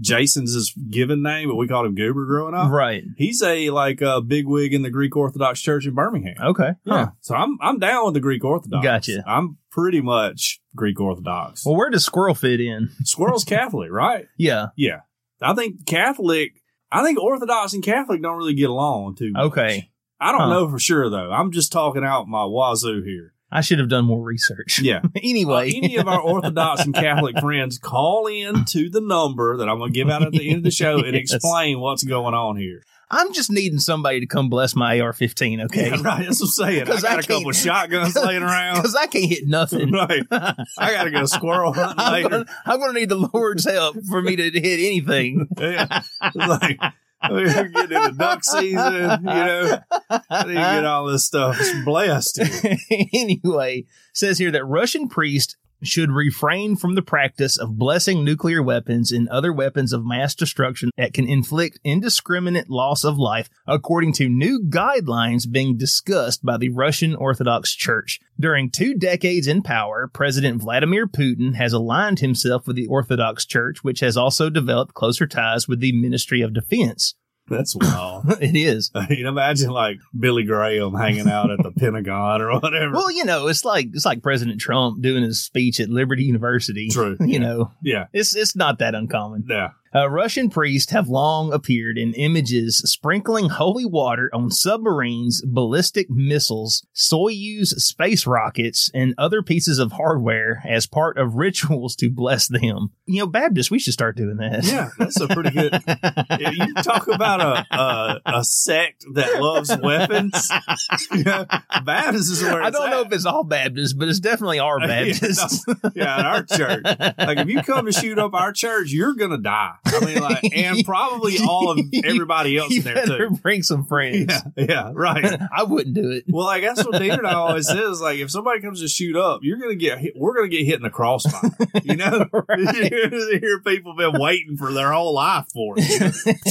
Speaker 3: Jason's his given name, but we called him Goober growing up.
Speaker 2: Mm. Right.
Speaker 3: He's a like a bigwig in the Greek Orthodox Church in Birmingham.
Speaker 2: Okay.
Speaker 3: Yeah.
Speaker 2: Huh.
Speaker 3: So I'm I'm down with the Greek Orthodox.
Speaker 2: Gotcha.
Speaker 3: I'm pretty much Greek Orthodox.
Speaker 2: Well, where does squirrel fit in? <laughs>
Speaker 3: Squirrel's Catholic, right?
Speaker 2: Yeah.
Speaker 3: Yeah. I think Catholic I think Orthodox and Catholic don't really get along too much.
Speaker 2: Okay.
Speaker 3: I don't
Speaker 2: Huh.
Speaker 3: know for sure though. I'm just talking out my wazoo here.
Speaker 2: I should have done more research. <laughs>
Speaker 3: Yeah. Uh,
Speaker 2: anyway.
Speaker 3: any of our Orthodox and
Speaker 2: <laughs>
Speaker 3: Catholic friends call in to the number that I'm going to give out at the end of the show
Speaker 2: <laughs>
Speaker 3: and
Speaker 2: Yes.
Speaker 3: explain what's going on here.
Speaker 2: I'm just needing somebody to come bless my AR-15, okay? <laughs>
Speaker 3: Yeah, <laughs> right, that's what I'm saying. I
Speaker 2: 'Cause I
Speaker 3: got a couple
Speaker 2: can't-
Speaker 3: shotguns laying
Speaker 2: <laughs>
Speaker 3: around.
Speaker 2: Because I can't hit nothing.
Speaker 3: <laughs> right. I got to go
Speaker 2: <laughs>
Speaker 3: squirrel hunting
Speaker 2: I'm
Speaker 3: later.
Speaker 2: gonna, I'm gonna need the Lord's help for me to hit
Speaker 3: <laughs>
Speaker 2: anything.
Speaker 3: Yeah. It's like we're getting into duck season, you know. I need to get all this stuff. It's blessed.
Speaker 2: <laughs> anyway, says here that Russian priests should refrain from the practice of blessing nuclear weapons and other weapons of mass destruction that can inflict indiscriminate loss of life, according to new guidelines being discussed by the Russian Orthodox Church. During two decades in power, President Vladimir Putin has aligned himself with the Orthodox Church, which has also developed closer ties with the Ministry of Defense. <laughs>
Speaker 3: That's wild.
Speaker 2: it is.
Speaker 3: I mean, imagine like Billy Graham hanging out at the Pentagon or whatever.
Speaker 2: Well, you know, it's like it's like President Trump doing his speech at Liberty University.
Speaker 3: True.
Speaker 2: <laughs> You know,
Speaker 3: Yeah.
Speaker 2: it's it's not that uncommon.
Speaker 3: Yeah.
Speaker 2: Uh, Russian priests have long appeared in images sprinkling holy water on submarines, ballistic missiles, Soyuz space rockets, and other pieces of hardware as part of <laughs> rituals to bless them. You know, Baptists, we should start doing that.
Speaker 3: Yeah. That's a pretty good. Yeah, you talk about a, a a sect that loves weapons. Yeah. Baptists is
Speaker 2: <laughs>
Speaker 3: where
Speaker 2: I
Speaker 3: it's
Speaker 2: don't know
Speaker 3: at.
Speaker 2: if it's all Baptists, but it's definitely our
Speaker 3: <laughs> Yeah,
Speaker 2: Baptists.
Speaker 3: yeah, at our church. Like if you come to shoot up our church, you're gonna die. I mean, like, and probably all of everybody
Speaker 2: <laughs> <laughs>
Speaker 3: else
Speaker 2: you
Speaker 3: in there
Speaker 2: better
Speaker 3: too.
Speaker 2: bring some friends. <laughs>
Speaker 3: Yeah, yeah, right.
Speaker 2: I wouldn't do it. <laughs>
Speaker 3: Well, like that's what Dana and I always says. Like, if somebody comes to shoot up, you're gonna get hit. We're gonna get hit in the crossfire. You know,
Speaker 2: <laughs>
Speaker 3: <laughs> here, here people been waiting for their whole life for <laughs>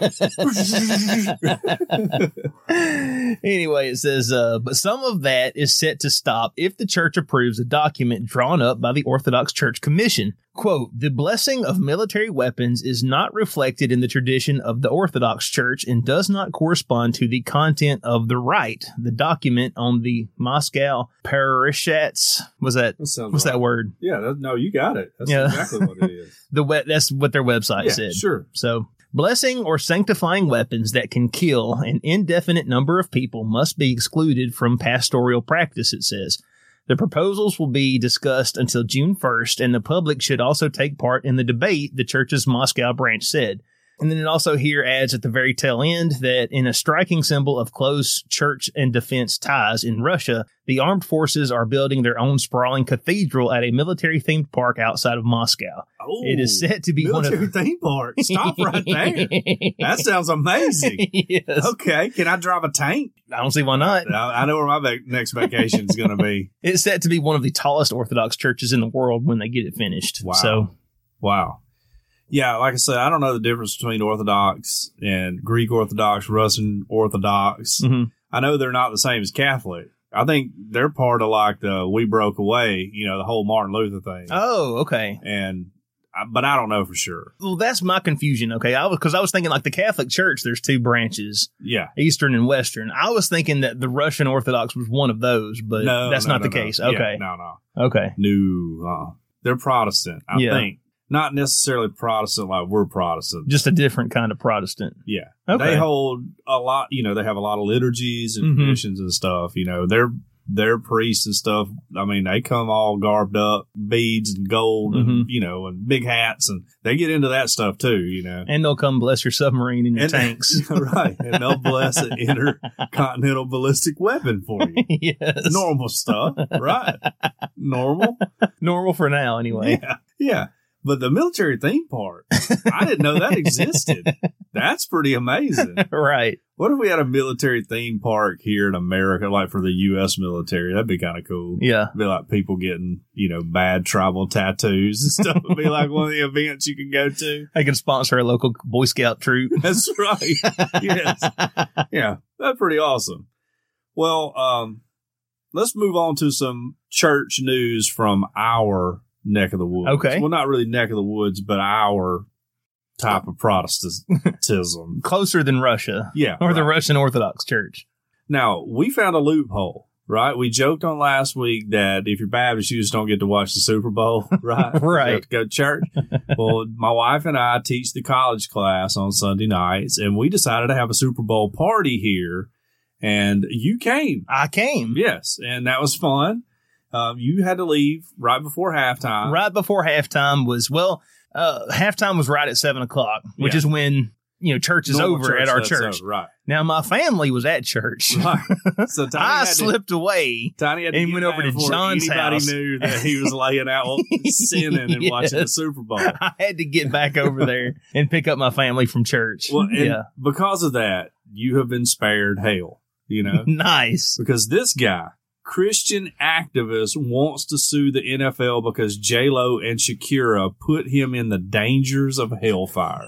Speaker 3: it.
Speaker 2: anyway, it says, uh, but some of that is set to stop if the church approves a document drawn up by the Orthodox Church Commission. Quote, the blessing of military weapons is not reflected in the tradition of the Orthodox Church and does not correspond to the content of the rite. The document on the Moscow Parishats was that
Speaker 3: That sounds
Speaker 2: what's
Speaker 3: right.
Speaker 2: that word?
Speaker 3: Yeah, that, no, you got it. That's
Speaker 2: Yeah.
Speaker 3: exactly what it
Speaker 2: <laughs>
Speaker 3: is.
Speaker 2: The we- that's what their website
Speaker 3: yeah,
Speaker 2: said.
Speaker 3: sure.
Speaker 2: So, blessing or sanctifying weapons that can kill an indefinite number of people must be excluded from pastoral practice, it says. The proposals will be discussed until June 1st, and the public should also take part in the debate, the church's Moscow branch said. And then it also here adds at the very tail end that in a striking symbol of close church and defense ties in Russia, the armed forces are building their own sprawling cathedral at a military themed park outside of Moscow.
Speaker 3: Oh,
Speaker 2: it is set to be one of
Speaker 3: military theme park. Stop right there.
Speaker 2: <laughs>
Speaker 3: That sounds amazing.
Speaker 2: yes.
Speaker 3: Okay, can I drive a tank?
Speaker 2: I don't see why not.
Speaker 3: I, I know where my vac next vacation is going to be.
Speaker 2: It's set to be one of the tallest Orthodox churches in the world when they get it finished.
Speaker 3: Wow.
Speaker 2: So,
Speaker 3: Wow. Yeah, like I said, I don't know the difference between Orthodox and Greek Orthodox, Russian Orthodox.
Speaker 2: mhm.
Speaker 3: I know they're not the same as Catholic. I think they're part of like the we broke away, you know, the whole Martin Luther thing.
Speaker 2: oh, okay.
Speaker 3: and I, but I don't know for sure.
Speaker 2: Well, that's my confusion. Okay, I was because I was thinking like the Catholic Church. There's two branches,
Speaker 3: Yeah.
Speaker 2: Eastern and Western. I was thinking that the Russian Orthodox was one of those, but
Speaker 3: No,
Speaker 2: that's
Speaker 3: no,
Speaker 2: not
Speaker 3: no,
Speaker 2: the
Speaker 3: no.
Speaker 2: case.
Speaker 3: Yeah,
Speaker 2: Okay,
Speaker 3: no, no.
Speaker 2: okay,
Speaker 3: No, uh, they're Protestant, I
Speaker 2: Yeah.
Speaker 3: think. Not necessarily Protestant like we're Protestant.
Speaker 2: just a different kind of Protestant.
Speaker 3: yeah.
Speaker 2: Okay,
Speaker 3: They hold a lot, you know, they have a lot of liturgies and
Speaker 2: Mhm.
Speaker 3: traditions and stuff, you know, their their priests and stuff. I mean, they come all garbed up, beads and gold
Speaker 2: Mhm.
Speaker 3: and, you know, and big hats and they get into that stuff too, you know. <laughs>
Speaker 2: and they'll come bless your submarine and your
Speaker 3: And- <laughs>
Speaker 2: tanks.
Speaker 3: right. And they'll bless an intercontinental ballistic weapon for
Speaker 2: <laughs>
Speaker 3: you.
Speaker 2: yes,
Speaker 3: Normal stuff, right? Normal.
Speaker 2: normal for now, anyway.
Speaker 3: Yeah, yeah. But the military theme part, I didn't know that existed. That's pretty amazing.
Speaker 2: <laughs> right.
Speaker 3: What if we had a military theme park here in America, like for the U.S. military? That'd be kind of cool.
Speaker 2: Yeah.
Speaker 3: Be like people getting, you know, bad tribal tattoos and stuff. It'd be like one of the events you can go to.
Speaker 2: They can sponsor a local Boy Scout troop.
Speaker 3: That's right. yes. Yeah. That's pretty awesome. Well, um, let's move on to some church news from our neck of the woods.
Speaker 2: Okay.
Speaker 3: Well, not really neck of the woods, but our type of
Speaker 2: <laughs>
Speaker 3: Protestantism.
Speaker 2: Closer than Russia
Speaker 3: yeah.
Speaker 2: or the
Speaker 3: right.
Speaker 2: Russian Orthodox Church.
Speaker 3: Now, we found a loophole, right? We joked on last week that if you're Baptist, you just don't get to watch the Super Bowl, <laughs> right? You
Speaker 2: <laughs> Right.
Speaker 3: have to go to church. well, my wife and I teach the college class on Sunday nights, and we decided to have a Super Bowl party here, and you came.
Speaker 2: I came
Speaker 3: Yes, and that was fun. Um, you had to leave right before halftime.
Speaker 2: right before halftime. Was well, uh, halftime was right at seven o'clock, which
Speaker 3: Yeah.
Speaker 2: is when you know church is
Speaker 3: Normal
Speaker 2: over at our
Speaker 3: that's
Speaker 2: church.
Speaker 3: over, right.
Speaker 2: Now my family was at church. <laughs>
Speaker 3: Right. <laughs> So Tiny
Speaker 2: I
Speaker 3: had to-
Speaker 2: slipped away.
Speaker 3: Tiny had to
Speaker 2: And
Speaker 3: get
Speaker 2: went over
Speaker 3: back
Speaker 2: to
Speaker 3: before
Speaker 2: John's
Speaker 3: anybody
Speaker 2: house.
Speaker 3: knew that he was
Speaker 2: <laughs>
Speaker 3: laying out sinning and watching the
Speaker 2: Yes.
Speaker 3: Super
Speaker 2: <laughs>
Speaker 3: Bowl.
Speaker 2: I had to get back over there and pick up my family from church.
Speaker 3: Well, and <laughs>
Speaker 2: yeah,
Speaker 3: because of that, you have been spared hell,
Speaker 2: <laughs>
Speaker 3: you know,
Speaker 2: nice.
Speaker 3: because this guy, Christian activist, wants to sue the NFL because J Lo and Shakira put him in the dangers of hellfire.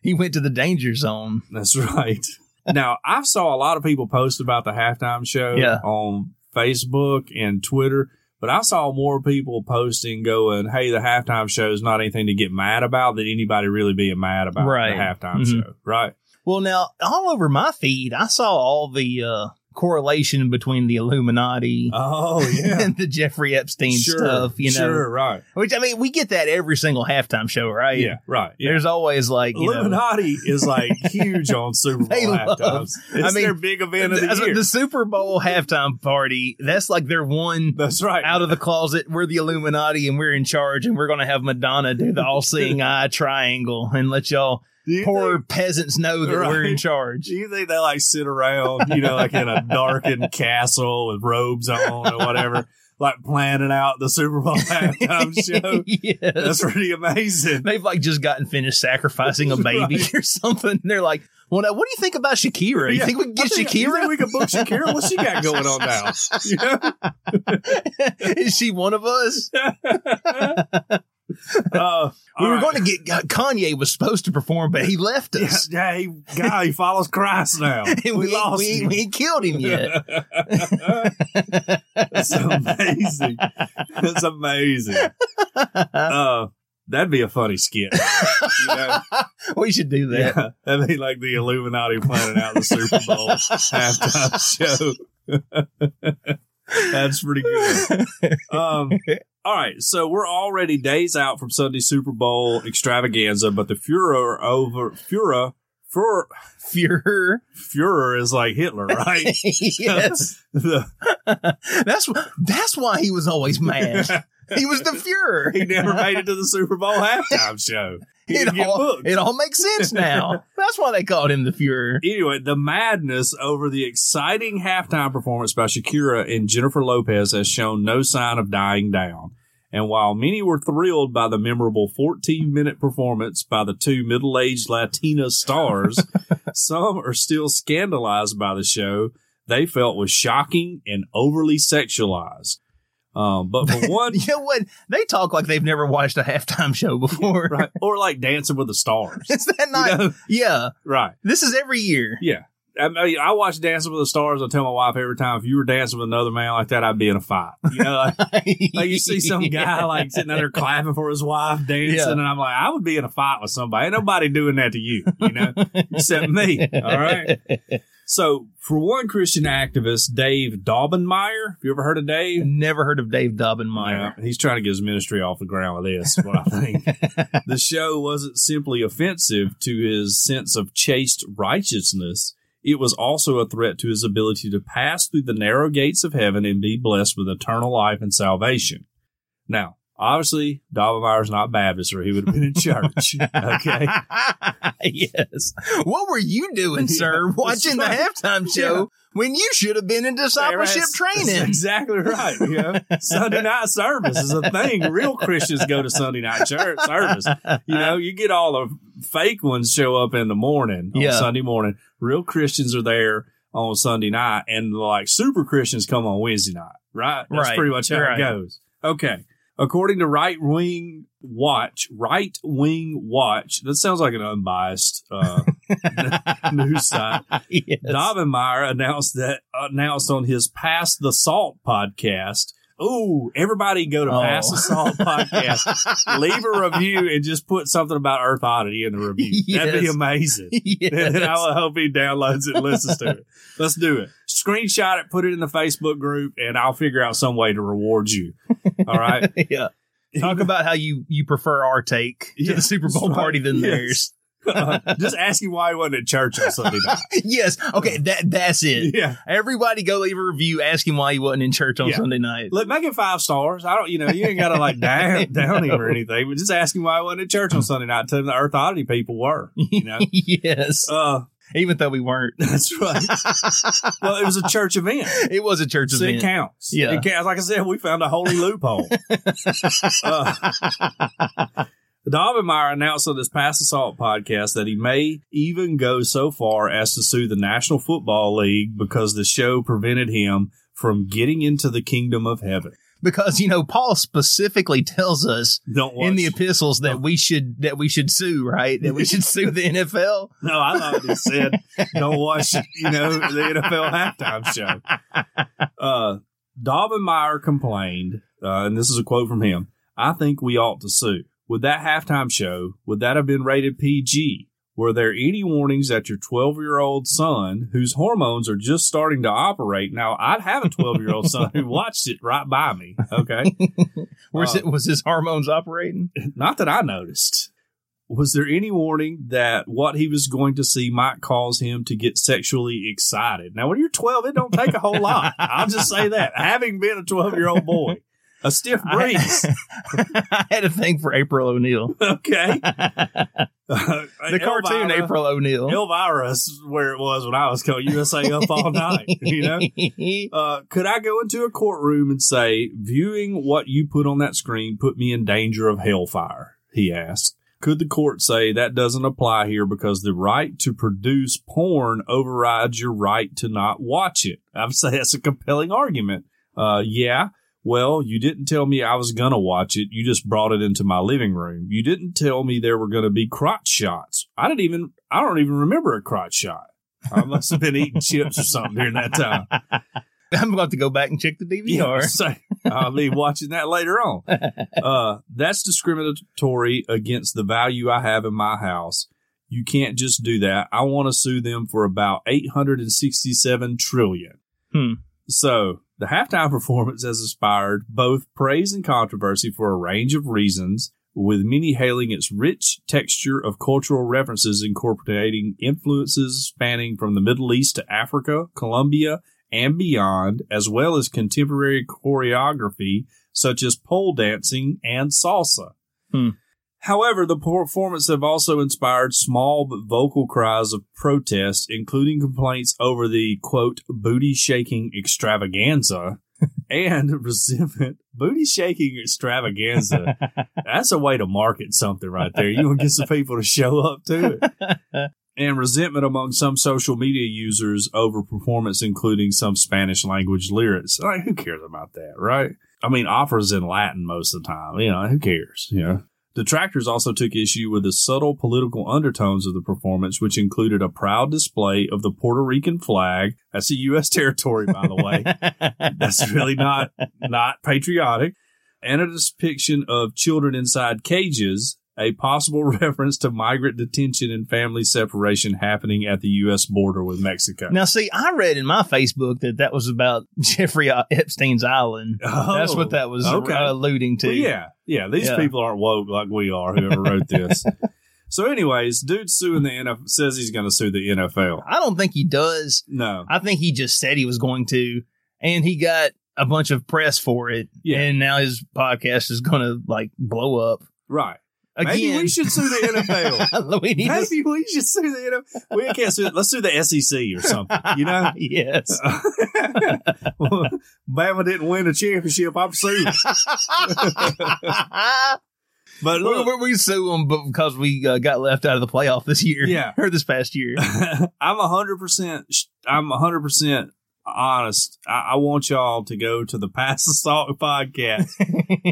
Speaker 2: He went to the danger zone.
Speaker 3: That's <laughs> right. Now, I saw a lot of people post about the halftime show
Speaker 2: Yeah.
Speaker 3: on Facebook and Twitter, but I saw more people posting going, hey, the halftime show is not anything to get mad about than anybody really being mad about
Speaker 2: Right.
Speaker 3: the halftime
Speaker 2: Mhm.
Speaker 3: show. Right.
Speaker 2: Well, now all over my feed, I saw all the uh, correlation between the Illuminati
Speaker 3: Oh,
Speaker 2: <laughs>
Speaker 3: yeah.
Speaker 2: and the Jeffrey Epstein
Speaker 3: Sure,
Speaker 2: stuff. You know,
Speaker 3: Sure, right.
Speaker 2: Which I mean, we get that every single halftime show, right?
Speaker 3: Yeah, right. Yeah.
Speaker 2: There's always like you know,
Speaker 3: Illuminati is like
Speaker 2: <laughs>
Speaker 3: huge on Super Bowl
Speaker 2: They love-
Speaker 3: halftimes. It's
Speaker 2: I mean,
Speaker 3: their big event of the
Speaker 2: that's
Speaker 3: year.
Speaker 2: what the Super
Speaker 3: <laughs>
Speaker 2: Bowl halftime party. That's like their one
Speaker 3: That's right.
Speaker 2: out of the closet. We're the Illuminati, and we're in charge, and we're gonna have Madonna do the all-seeing
Speaker 3: <laughs>
Speaker 2: eye triangle and let y'all
Speaker 3: Do you
Speaker 2: poor
Speaker 3: think-
Speaker 2: peasants know that we're in
Speaker 3: Right. <laughs>
Speaker 2: charge.
Speaker 3: Do you think
Speaker 2: <laughs>
Speaker 3: they like sit around, you know, like in a darkened castle with robes on or whatever? like planning out the Super Bowl halftime show.
Speaker 2: <laughs> yes.
Speaker 3: That's pretty amazing.
Speaker 2: They've like just gotten finished sacrificing
Speaker 3: <laughs>
Speaker 2: a baby or something. They're like, well, now, what do you think about Shakira? You
Speaker 3: Yeah.
Speaker 2: think we can
Speaker 3: I
Speaker 2: get
Speaker 3: think- you think <laughs>
Speaker 2: Shakira?
Speaker 3: we could book Shakira. What's she got going on
Speaker 2: <laughs>
Speaker 3: now? You know?
Speaker 2: Is she one of us?
Speaker 3: Uh,
Speaker 2: we
Speaker 3: all
Speaker 2: were
Speaker 3: right.
Speaker 2: going to get uh, Kanye was supposed to perform, but he left
Speaker 3: Yeah,
Speaker 2: us. <laughs>
Speaker 3: yeah, he, God, he follows Christ now.
Speaker 2: And
Speaker 3: we
Speaker 2: ain't- <laughs>
Speaker 3: lost
Speaker 2: we, ain't-
Speaker 3: him.
Speaker 2: we ain't killed him
Speaker 3: <laughs>
Speaker 2: yet.
Speaker 3: That's amazing. That's amazing.
Speaker 2: <laughs>
Speaker 3: Uh, that'd be a funny skit. You know?
Speaker 2: <laughs> we should do that.
Speaker 3: Yeah, that'd be like the Illuminati planning out the Super
Speaker 2: <laughs>
Speaker 3: Bowl halftime show. <laughs> That's pretty good. Um, all right, so we're already days out from Sunday's Super Bowl extravaganza, but the furor over furor fur
Speaker 2: Fuhrer.
Speaker 3: furor is like Hitler,
Speaker 2: <laughs>
Speaker 3: right? <laughs>
Speaker 2: yes.
Speaker 3: The-
Speaker 2: that's wh- that's why he was always mad.
Speaker 3: <laughs>
Speaker 2: He was the Fuhrer.
Speaker 3: he never made it to the Super Bowl halftime show. He
Speaker 2: It
Speaker 3: didn't get
Speaker 2: all,
Speaker 3: booked.
Speaker 2: it all makes sense
Speaker 3: <laughs>
Speaker 2: now. That's why they called him the Fuhrer.
Speaker 3: Anyway, the madness over the exciting halftime performance by Shakira and Jennifer Lopez has shown no sign of dying down. And while many were thrilled by the memorable 14 minute performance by the two middle aged Latina stars, some are still scandalized by the show they felt was shocking and overly sexualized. Um, but for <laughs> one,
Speaker 2: You know what? They talk like they've never watched a halftime
Speaker 3: <laughs>
Speaker 2: show before.
Speaker 3: right, or like Dancing with the Stars.
Speaker 2: <laughs> Is that
Speaker 3: You
Speaker 2: not?
Speaker 3: know?
Speaker 2: Yeah.
Speaker 3: Right.
Speaker 2: This is every year.
Speaker 3: Yeah. I mean, I watch Dancing with the Stars. I tell my wife every time, if you were dancing with another man like that, I'd be in a fight. You know, <laughs> like, like
Speaker 2: <laughs>
Speaker 3: you see some guy like sitting out there clapping for his wife, dancing,
Speaker 2: Yeah.
Speaker 3: and I'm like, I would be in a fight with somebody. Ain't nobody doing that to you, you know, except me. All right. So, for one Christian activist, Dave Daubenmeyer, have you ever heard of Dave?
Speaker 2: Never heard of Dave Dobbenmeyer.
Speaker 3: Yeah, he's trying to get his ministry off the ground with this. is What I think the show wasn't simply offensive to his sense of chaste righteousness; it was also a threat to his ability to pass through the narrow gates of heaven and be blessed with eternal life and salvation. Now, obviously, Dobbemeyer's not Baptist, or he would have been in church. <laughs> Okay.
Speaker 2: <laughs> yes. What were you doing,
Speaker 3: Yeah,
Speaker 2: sir,
Speaker 3: that's
Speaker 2: watching the
Speaker 3: right.
Speaker 2: halftime show when you should have been in
Speaker 3: <laughs>
Speaker 2: discipleship
Speaker 3: That's- That's
Speaker 2: training?
Speaker 3: exactly right. You know? Sunday night service is a thing. Real Christians go to Sunday night church service. You know, you get all the fake ones show up in the morning on
Speaker 2: Yeah.
Speaker 3: Sunday morning. Real Christians are there on Sunday night, and like super Christians come on Wednesday night. Right? That's
Speaker 2: Right.
Speaker 3: pretty much how
Speaker 2: Right.
Speaker 3: it goes. Okay. According to Right Wing Watch, Right Wing Watch, that sounds like an unbiased uh, <laughs>
Speaker 2: <laughs>
Speaker 3: news site.
Speaker 2: Yes.
Speaker 3: Dobbenmeyer announced that announced on his Pass the Salt podcast. Oh, everybody go to
Speaker 2: Oh.
Speaker 3: Pass
Speaker 2: <laughs>
Speaker 3: the Salt podcast. Leave a review and just put something about Earth Oddity in the
Speaker 2: <laughs>
Speaker 3: review. That'd be
Speaker 2: Yes.
Speaker 3: amazing. <laughs> And then
Speaker 2: <laughs> <laughs>
Speaker 3: I
Speaker 2: yes.
Speaker 3: will hope he downloads it and listens to it. Let's do it. Screenshot it, put it in the Facebook group, and I'll figure out some way to reward you. All right.
Speaker 2: <laughs> yeah. Talk about how you you prefer our take to
Speaker 3: Yeah,
Speaker 2: the Super Bowl
Speaker 3: that's right.
Speaker 2: party than
Speaker 3: Yes.
Speaker 2: theirs. <laughs>
Speaker 3: <laughs> just ask him why he wasn't at church on Sunday night.
Speaker 2: Yes. Okay. That that's it.
Speaker 3: Yeah.
Speaker 2: Everybody go leave a review. Ask him why he wasn't in church on
Speaker 3: Yeah.
Speaker 2: Sunday night. <laughs>
Speaker 3: Look, make it five stars. I don't, you know, you ain't got to like down, down him or anything, but just ask him why he wasn't at church on Sunday night. Tell him the Earth Oddity people were,
Speaker 2: <laughs>
Speaker 3: you know.
Speaker 2: yes.
Speaker 3: Uh,
Speaker 2: Even though we weren't, <laughs>
Speaker 3: that's right. well, it was a church event.
Speaker 2: it was a church
Speaker 3: So it
Speaker 2: event.
Speaker 3: counts.
Speaker 2: Yeah.
Speaker 3: It counts. Like I said, we found a
Speaker 2: <laughs>
Speaker 3: holy loophole. uh, Dobbenmeyer announced on his Pass Assault podcast that he may even go so far as to sue the National Football League because the show prevented him from getting into the kingdom of heaven.
Speaker 2: Because you know Paul specifically tells us
Speaker 3: Don't watch
Speaker 2: in the epistles
Speaker 3: Oh.
Speaker 2: that we should that we should sue right that we
Speaker 3: <laughs>
Speaker 2: should sue the NFL.
Speaker 3: No, I thought he said don't watch, you know, the NFL halftime show. Uh, Dobbenmeyer complained, uh, and this is a quote from him I think we ought to sue. Would that halftime show, would that have been rated PG? Were there any warnings that your 12 year old son, whose hormones are just starting to operate? Now, I'd have a 12 year old son who watched it right by me. Okay.
Speaker 2: Was
Speaker 3: Uh,
Speaker 2: it was his hormones operating?
Speaker 3: Not that I noticed. Was there any warning that what he was going to see might cause him to get sexually excited? Now, when you're 12, it don't take a whole lot. I'll just
Speaker 2: <laughs>
Speaker 3: say that. Having been a 12 year old boy, a stiff
Speaker 2: <laughs>
Speaker 3: breeze.
Speaker 2: I had a thing for April O'Neil.
Speaker 3: Okay. like
Speaker 2: the cartoon
Speaker 3: Elvira,
Speaker 2: April O'Neil.
Speaker 3: Elvira is where it was when I was calling USA up all night. You know, uh, could I go into a courtroom and say, viewing what you put on that screen put me in danger of hellfire? He asked. Could the court say that doesn't apply here because the right to produce porn overrides your right to not watch it? I'd <laughs> say that's a compelling argument. Uh, yeah. Well, you didn't tell me I was going to watch it. You just brought it into my living room. You didn't tell me there were going to be crotch shots. I didn't even, I don't even remember a crotch shot. I must have been eating chips or something during that time.
Speaker 2: <laughs> I'm going to have to go back and check the DVR.
Speaker 3: <laughs> So I'll be watching that later on. Uh, that's discriminatory against the value I have in my house. You can't just do that. I want to sue them for about 867 trillion.
Speaker 2: Hmm.
Speaker 3: So the halftime performance has inspired both praise and controversy for a range of reasons, with many hailing its rich texture of cultural references incorporating influences spanning from the Middle East to Africa, Colombia, and beyond, as well as contemporary choreography such as pole dancing and salsa.
Speaker 2: Hmm.
Speaker 3: However, the performance have also inspired small but vocal cries of protest, including complaints over the quote booty shaking extravaganza and resentment. Booty shaking extravaganza. That's a way to market something right there. You gonna get some people to show up to it and resentment among some social media users over performance, including some Spanish language lyrics. Like, who cares about that, right? I mean, opera's in Latin most of the time. You know, who cares? You know. Detractors also took issue with the subtle political undertones of the performance, which included a proud display of the Puerto Rican flag. That's a U.S. <laughs> territory, by
Speaker 2: <laughs>
Speaker 3: the way. That's really not not patriotic. And a depiction of children inside cages, a possible <laughs> reference to migrant detention and family separation happening at the U.S. border with Mexico.
Speaker 2: Now, see, I read in my Facebook that that was about <laughs> Jeffrey Epstein's Island.
Speaker 3: Oh,
Speaker 2: That's what that was uh,
Speaker 3: okay.
Speaker 2: alluding to.
Speaker 3: Well, yeah, yeah. These
Speaker 2: Yeah.
Speaker 3: people aren't woke like we are. Whoever
Speaker 2: <laughs>
Speaker 3: wrote this. so, anyways, dude suing the NFL says he's going to sue the NFL.
Speaker 2: I don't think he does.
Speaker 3: No,
Speaker 2: I think he just said he was going to, and he got a bunch of press for it.
Speaker 3: Yeah.
Speaker 2: And now his podcast is going to like blow up
Speaker 3: right.
Speaker 2: again.
Speaker 3: Maybe we should sue
Speaker 2: <laughs>
Speaker 3: the NFL.
Speaker 2: we need to-
Speaker 3: Maybe we should sue the NFL. We can't sue. Let's sue the SEC or something. <laughs> You know.
Speaker 2: <laughs> yes.
Speaker 3: Well, Bama didn't win a championship. I'm suing. But
Speaker 2: we,
Speaker 3: <laughs> look, <laughs>
Speaker 2: we, we sue him because we uh, got left out of the playoff this year.
Speaker 3: Yeah.
Speaker 2: <laughs> or this past year.
Speaker 3: I'm a hundred percent. I'm a hundred percent honest. I, I want y'all to go to the Pass the Salt <laughs> podcast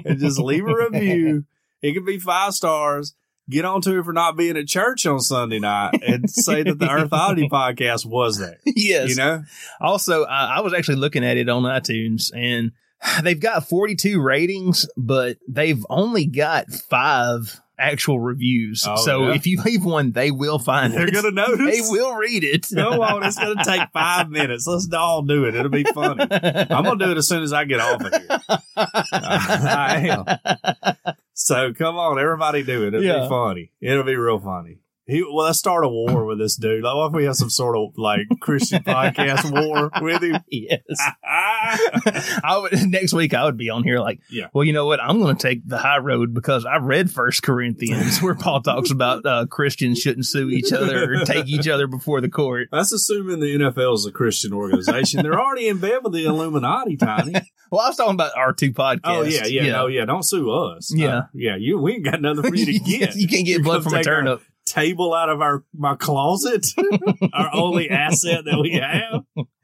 Speaker 3: and
Speaker 2: <laughs>
Speaker 3: just leave a review. It could be five stars. Get on to it for not being at church on Sunday night and say that the Earth Oddity podcast was that.
Speaker 2: yes.
Speaker 3: You know,
Speaker 2: Also, I, I was actually looking at it on iTunes, and <sighs> they've got 42 ratings, but they've only got five actual reviews.
Speaker 3: Oh,
Speaker 2: so
Speaker 3: yeah.
Speaker 2: if you leave one, they will find
Speaker 3: they're
Speaker 2: it.
Speaker 3: gonna notice.
Speaker 2: <laughs> They will read it. <laughs>
Speaker 3: Go on, it's gonna take five minutes. Let's all do it. It'll be funny.
Speaker 2: <laughs>
Speaker 3: I'm gonna do it as soon as I get off of here. I am. So come on, everybody do it. It'll
Speaker 2: Yeah.
Speaker 3: be funny. It'll be real funny. He, well, let's start a war with this dude. Like, what if we have some sort of like
Speaker 2: <laughs>
Speaker 3: Christian podcast war with him?
Speaker 2: yes. <laughs> I would, next week I would be on here like,
Speaker 3: Yeah.
Speaker 2: well, you know what? I'm going to take the high road because I read First Corinthians where Paul talks about uh, Christians shouldn't sue each other or take each other before the court.
Speaker 3: That's assuming the NFL is a Christian organization. They're already in bed with the Illuminati, <laughs> Tiny.
Speaker 2: Well, I was talking about our two podcasts.
Speaker 3: Oh yeah, yeah, no, yeah. Don't sue us.
Speaker 2: Yeah.
Speaker 3: Uh, yeah. You, we ain't got nothing for <laughs> you to
Speaker 2: <laughs>
Speaker 3: get.
Speaker 2: you can't get blood
Speaker 3: gonna
Speaker 2: from a
Speaker 3: take our-
Speaker 2: turnip.
Speaker 3: table out of our my <laughs> closet, our only asset that we have.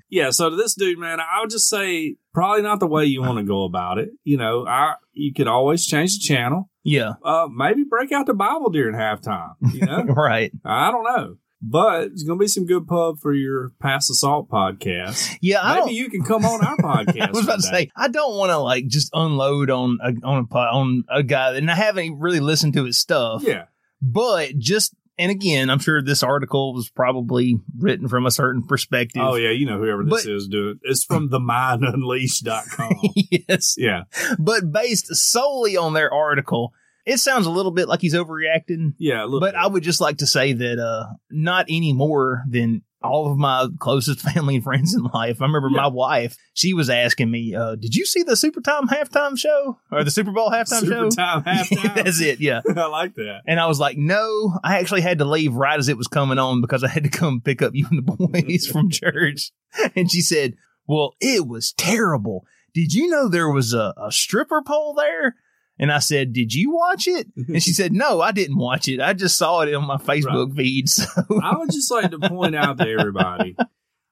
Speaker 3: Yeah, so to this dude, man, I would just say probably not the way you want to go about it. You know, I you could always change the channel.
Speaker 2: Yeah, <laughs>
Speaker 3: Uh, maybe break out the Bible during halftime. You <laughs> know,
Speaker 2: right.
Speaker 3: I don't know, but it's gonna be some good pub for your Pass Assault podcast.
Speaker 2: Yeah, I
Speaker 3: Maybe you can come on
Speaker 2: <laughs>
Speaker 3: our podcast.
Speaker 2: don't. I was about to
Speaker 3: one day.
Speaker 2: say I don't want to like just unload on a, on a po- on a guy, and I haven't really listened to his stuff.
Speaker 3: yeah,
Speaker 2: But just and again, I'm sure this article was probably written from a certain perspective.
Speaker 3: oh yeah, you know whoever this
Speaker 2: But-
Speaker 3: is, do it. It's from
Speaker 2: <laughs>
Speaker 3: the mindunleashed.com.
Speaker 2: <laughs> yes,
Speaker 3: yeah,
Speaker 2: but based solely on their article, it sounds a little bit like he's overreacting.
Speaker 3: yeah, a little
Speaker 2: But
Speaker 3: bit.
Speaker 2: I would just like to say that uh, not any more than all of my closest <laughs> family and friends in life. I remember my wife, she was asking me, uh, Did you see the Super Time halftime show or the Super Bowl halftime
Speaker 3: Super
Speaker 2: show?
Speaker 3: time,
Speaker 2: <laughs>
Speaker 3: halftime.
Speaker 2: That's it, yeah.
Speaker 3: <laughs> I like that.
Speaker 2: And I was like, No, I actually had to leave right as it was coming on because I had to come pick up you and the boys
Speaker 3: <laughs>
Speaker 2: from church. And she said, Well, it was terrible. Did you know there was a, a stripper pole there? And I said, Did you watch
Speaker 3: <laughs>
Speaker 2: it? And she said, No, I didn't watch it. I just saw it on my Facebook feed. <laughs> So
Speaker 3: I would just like to point out to
Speaker 2: <laughs>
Speaker 3: everybody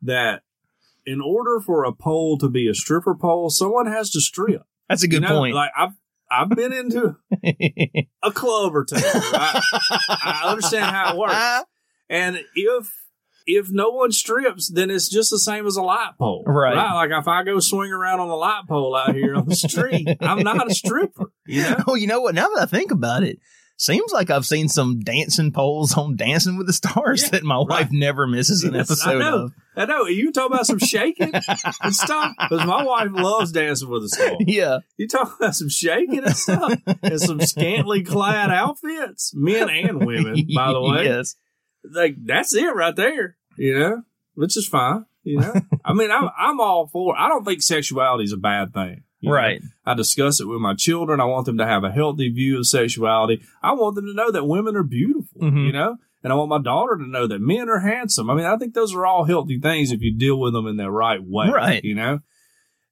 Speaker 3: that in order for a pole to be a stripper pole, someone has to strip.
Speaker 2: that's a good
Speaker 3: You know,
Speaker 2: point.
Speaker 3: Like I've I've been into
Speaker 2: <laughs>
Speaker 3: a club or two. I, I understand how it works. And if if no one strips, then it's just the same as a light pole,
Speaker 2: Right.
Speaker 3: Like if I go swing around on the light pole out
Speaker 2: <laughs>
Speaker 3: here on the street, I'm not a stripper. You know?
Speaker 2: oh, you know what? Now that I think about it, seems like I've seen some dancing polls on Dancing with the Stars
Speaker 3: Yeah,
Speaker 2: that my wife never misses an
Speaker 3: Yes, I
Speaker 2: episode
Speaker 3: know.
Speaker 2: of. <laughs>
Speaker 3: I know you talk about some shaking and stuff because my wife loves dancing with a star.
Speaker 2: Yeah,
Speaker 3: You talk about some shaking and stuff and some scantily clad outfits, men and women,
Speaker 2: <laughs>
Speaker 3: by the way.
Speaker 2: yes,
Speaker 3: like that's it right there. You know, which is fine. You know, I mean, I'm I'm all for. I don't think sexuality is a bad thing. you know?
Speaker 2: right.
Speaker 3: I discuss it with my children. I want them to have a healthy view of sexuality. I want them to know that women are beautiful.
Speaker 2: Mhm.
Speaker 3: You know. And I want my daughter to know that men are handsome. I mean, I think those are all healthy things if you deal with them in the right way.
Speaker 2: Right.
Speaker 3: You know?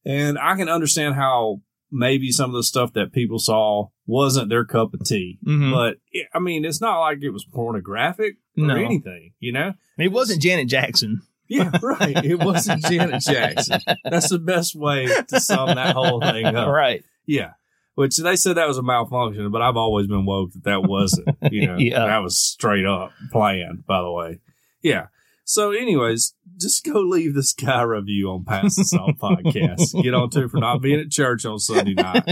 Speaker 3: And I can understand how maybe some of the stuff that people saw wasn't their cup of tea.
Speaker 2: Mhm.
Speaker 3: But it, I mean, it's not like it was pornographic or
Speaker 2: No.
Speaker 3: anything, you know?
Speaker 2: It wasn't Janet Jackson.
Speaker 3: Yeah, <laughs> right. It wasn't Janet <laughs> Jackson. That's the best way to sum that whole thing up.
Speaker 2: <laughs> Right.
Speaker 3: Yeah. Which they said that was a malfunction, but I've always been woke that that wasn't.
Speaker 2: <laughs>
Speaker 3: You know,
Speaker 2: Yeah.
Speaker 3: that was straight up planned, by the way. Yeah. So, anyways, just go leave this guy a review on Pass the Salt
Speaker 2: <laughs>
Speaker 3: podcast. Get on to it for not being at church on Sunday night.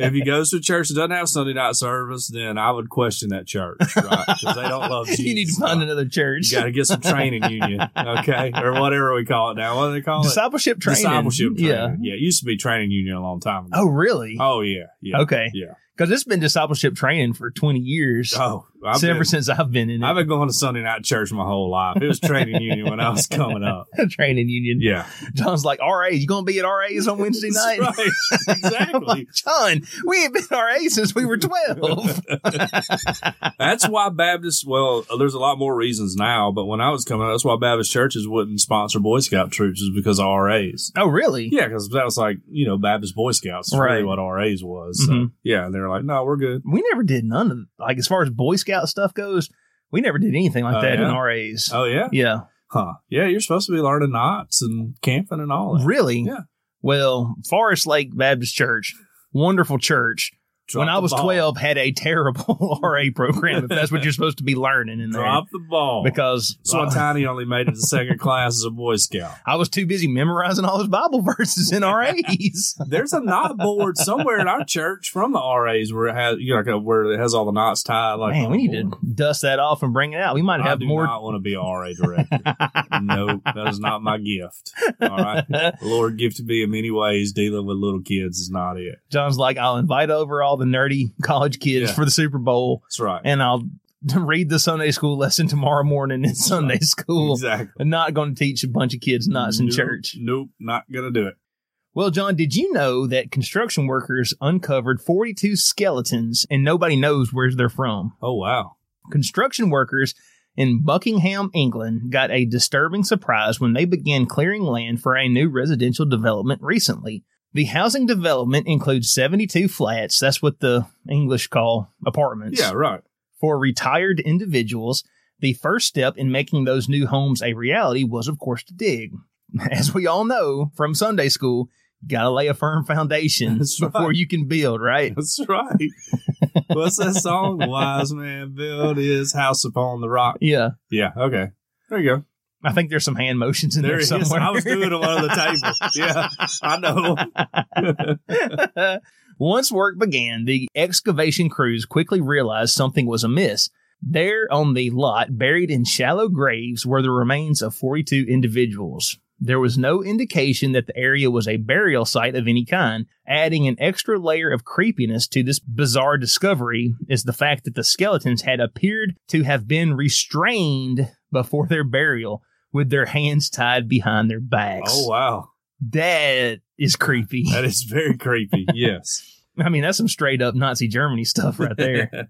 Speaker 3: If he goes to a church that doesn't have Sunday night service, then I would question that church, right? Because they don't love
Speaker 2: <laughs>
Speaker 3: Jesus.
Speaker 2: you need to find another church.
Speaker 3: You got to get some training union, okay, or whatever we call it now. What do they call it?
Speaker 2: Discipleship training.
Speaker 3: Discipleship training.
Speaker 2: Yeah.
Speaker 3: yeah. It used to be training union a long time ago.
Speaker 2: Oh, really?
Speaker 3: Oh yeah, yeah.
Speaker 2: Okay.
Speaker 3: Yeah.
Speaker 2: Because it's been discipleship training for 20 years.
Speaker 3: Oh, I've
Speaker 2: ever
Speaker 3: been,
Speaker 2: since I've been in it. <laughs>
Speaker 3: I've been going to Sunday night church my whole life. It was training union when I was coming
Speaker 2: <laughs>
Speaker 3: up.
Speaker 2: training union.
Speaker 3: Yeah,
Speaker 2: John's like, RA, you going to be at
Speaker 3: <laughs>
Speaker 2: RA's on Wednesday night? Oh,
Speaker 3: That's right.
Speaker 2: I'm
Speaker 3: Exactly.
Speaker 2: like, <laughs> John, we ain't been RA since we were
Speaker 3: <laughs>
Speaker 2: 12.
Speaker 3: That's why Baptist. Well, there's a lot more reasons now, but when I was coming up, that's why Baptist churches wouldn't sponsor Boy Scout troops is because of RAs.
Speaker 2: oh, really?
Speaker 3: Yeah, because that was like you know Baptist Boy Scouts is really
Speaker 2: Right.
Speaker 3: what RAs was. So,
Speaker 2: Mhm.
Speaker 3: Yeah, and they were like, no, we're good.
Speaker 2: We never did none of, like, as far as Boy Scout stuff goes, we never did anything like
Speaker 3: Oh,
Speaker 2: that in
Speaker 3: yeah?
Speaker 2: RA's.
Speaker 3: Oh yeah,
Speaker 2: yeah.
Speaker 3: huh? Yeah, you're supposed to be learning knots and camping and all that.
Speaker 2: Really?
Speaker 3: Yeah.
Speaker 2: Well, Forest Lake Baptist Church, wonderful church.
Speaker 3: Drop
Speaker 2: when I
Speaker 3: the
Speaker 2: was
Speaker 3: ball.
Speaker 2: 12, had a terrible <laughs> RA program, if that's what you're supposed to be learning in there.
Speaker 3: drop the ball
Speaker 2: Because
Speaker 3: So Tiny only made it to
Speaker 2: <laughs>
Speaker 3: second class as a Boy Scout.
Speaker 2: I was too busy memorizing all those Bible <laughs> verses in RAs.
Speaker 3: There's a knot board somewhere in our church from the RAs where it has you know, like, where it has all the knots tied. <laughs> Like
Speaker 2: Man,
Speaker 3: on
Speaker 2: we
Speaker 3: the
Speaker 2: need to
Speaker 3: board.
Speaker 2: dust that off and bring it out. We might
Speaker 3: I
Speaker 2: have
Speaker 3: do
Speaker 2: more.
Speaker 3: not want to be a RA director. no, that is not my gift.
Speaker 2: <laughs>
Speaker 3: All right, the Lord gifted me in many ways. Dealing with little kids is not it.
Speaker 2: John's like, I'll invite over all the nerdy college kids
Speaker 3: Yeah.
Speaker 2: for the Super Bowl,
Speaker 3: That's right.
Speaker 2: and I'll read the Sunday school lesson tomorrow morning in Sunday school.
Speaker 3: Exactly.
Speaker 2: I'm not going to teach a bunch of kids knots in
Speaker 3: Nope,
Speaker 2: church.
Speaker 3: Nope, not gonna do it.
Speaker 2: Well, John, did you know that construction workers uncovered 42 skeletons and nobody knows where they're from?
Speaker 3: Oh wow.
Speaker 2: construction workers in Buckingham, England, got a disturbing surprise when they began clearing land for a new residential development recently. The housing development includes 72 flats, that's what the English call apartments,
Speaker 3: Yeah, right. <laughs>
Speaker 2: for retired individuals. The first step in making those new homes a reality was, of course, to dig. <laughs> As we all know from Sunday school, you gotta lay a firm foundation
Speaker 3: That's right.
Speaker 2: <laughs> before you can build, right?
Speaker 3: That's
Speaker 2: <laughs>
Speaker 3: right. What's that song? Wise man built his house upon the rock.
Speaker 2: Yeah.
Speaker 3: Yeah. Okay. There you go.
Speaker 2: I think there's some hand motions in there,
Speaker 3: it is.
Speaker 2: somewhere.
Speaker 3: I was doing it on the table.
Speaker 2: <laughs>
Speaker 3: Yeah, I <laughs> know.
Speaker 2: <laughs> Once work began, the excavation crews quickly realized something was amiss. There on the lot, buried in shallow graves, were the remains of 42 individuals. There was no indication that the area was a burial site of any kind. Adding an extra layer of creepiness to this bizarre discovery is the fact that the skeletons had appeared to have been restrained before their burial, with their hands tied behind their backs.
Speaker 3: Oh wow,
Speaker 2: That is creepy.
Speaker 3: that is very creepy. Yes.
Speaker 2: <laughs> I mean, that's some straight up Nazi Germany stuff right <laughs> there.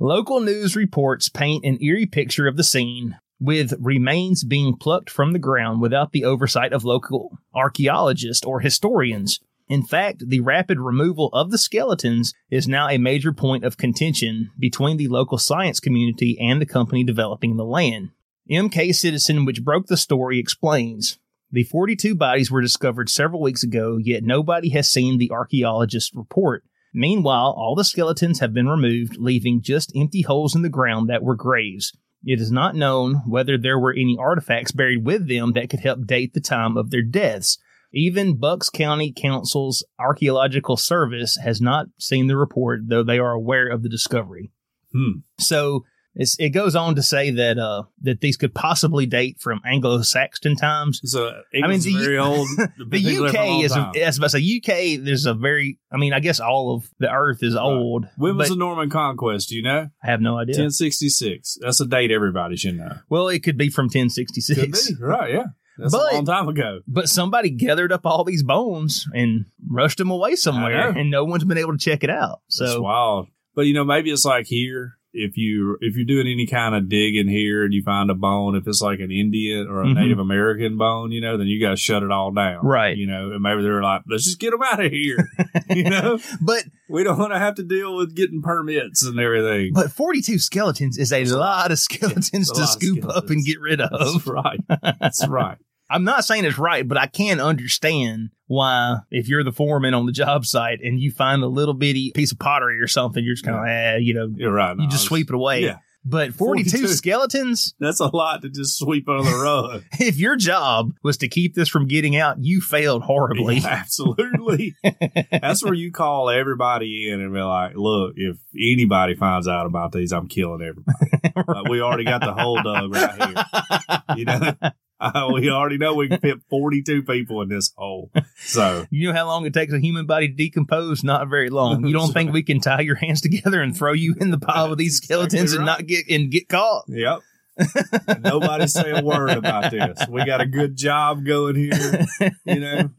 Speaker 2: Local news reports paint an eerie picture of the scene, with remains being plucked from the ground without the oversight of local archaeologists or historians. In fact, the rapid removal of the skeletons is now a major point of contention between the local science community and the company developing the land. MK Citizen, which broke the story, explains The 42 bodies were discovered several weeks ago, yet nobody has seen the archaeologist's report. Meanwhile, all the skeletons have been removed, leaving just empty holes in the ground that were graves. It is not known whether there were any artifacts buried with them that could help date the time of their deaths. Even Bucks County Council's Archaeological Service has not seen the report, though they are aware of the discovery.
Speaker 3: Hmm.
Speaker 2: So it's, it goes on to say that uh, that these could possibly date from Anglo-Saxon times.
Speaker 3: So
Speaker 2: I mean,
Speaker 3: England's
Speaker 2: the U-
Speaker 3: very old. been
Speaker 2: <laughs> The
Speaker 3: there for a long
Speaker 2: UK is,
Speaker 3: time.
Speaker 2: a, as I say, UK. There's a very, I mean, I guess all of the Earth is old.
Speaker 3: When was
Speaker 2: but
Speaker 3: the Norman Conquest? Do you know?
Speaker 2: I have no idea.
Speaker 3: 1066. That's a date everybody should know.
Speaker 2: well, it could be from
Speaker 3: Could
Speaker 2: 1066.
Speaker 3: be. Right, yeah. That's
Speaker 2: But-
Speaker 3: a long time ago.
Speaker 2: But somebody gathered up all these bones and rushed them away somewhere,
Speaker 3: know.
Speaker 2: and no one's been able to check it out.
Speaker 3: That's
Speaker 2: So
Speaker 3: wild. But you know, maybe it's like here. If you if you're doing any kind of digging here and you find a bone, if it's like an Indian or a
Speaker 2: Mhm.
Speaker 3: Native American bone, you know, then you got to shut it all down,
Speaker 2: Right.
Speaker 3: You know, and maybe they're like, let's just get them out of here. <laughs> you know,
Speaker 2: <laughs> but
Speaker 3: we don't want to have to deal with getting permits
Speaker 2: <laughs>
Speaker 3: and everything.
Speaker 2: but 42 skeletons is a
Speaker 3: a lot.
Speaker 2: lot of skeletons
Speaker 3: a
Speaker 2: to
Speaker 3: lot of
Speaker 2: scoop up and
Speaker 3: skeletons.
Speaker 2: get rid of.
Speaker 3: That's right.
Speaker 2: <laughs>
Speaker 3: That's right.
Speaker 2: I'm not saying it's right, but I can understand why if you're the foreman on the job site and you find a little bitty piece of pottery or something, you're just kind of, eh, you know,
Speaker 3: You're right.
Speaker 2: you
Speaker 3: Nah,
Speaker 2: just
Speaker 3: it's-
Speaker 2: sweep it away.
Speaker 3: Yeah.
Speaker 2: But 42,
Speaker 3: 42.
Speaker 2: skeletons, <laughs>
Speaker 3: That's a lot to just sweep under the rug.
Speaker 2: if your job was to keep this from getting out, you failed horribly.
Speaker 3: Yeah, <laughs> absolutely. That's where you call everybody in and be like, look, if anybody finds out about these, I'm killing everybody.
Speaker 2: <laughs>
Speaker 3: Like, we already got the whole dog right here.
Speaker 2: <laughs>
Speaker 3: You know, <laughs> Uh, we already know we can fit 42 people in this hole. So,
Speaker 2: <laughs> You know how long it takes a human body to decompose? Not very long. You don't
Speaker 3: That's
Speaker 2: think we can tie your hands together and throw you in the pile of these
Speaker 3: That's exactly
Speaker 2: skeletons and
Speaker 3: right.
Speaker 2: not get and get caught?
Speaker 3: yep. Nobody say a word about this. We got a good job going here.
Speaker 2: <laughs>
Speaker 3: You know,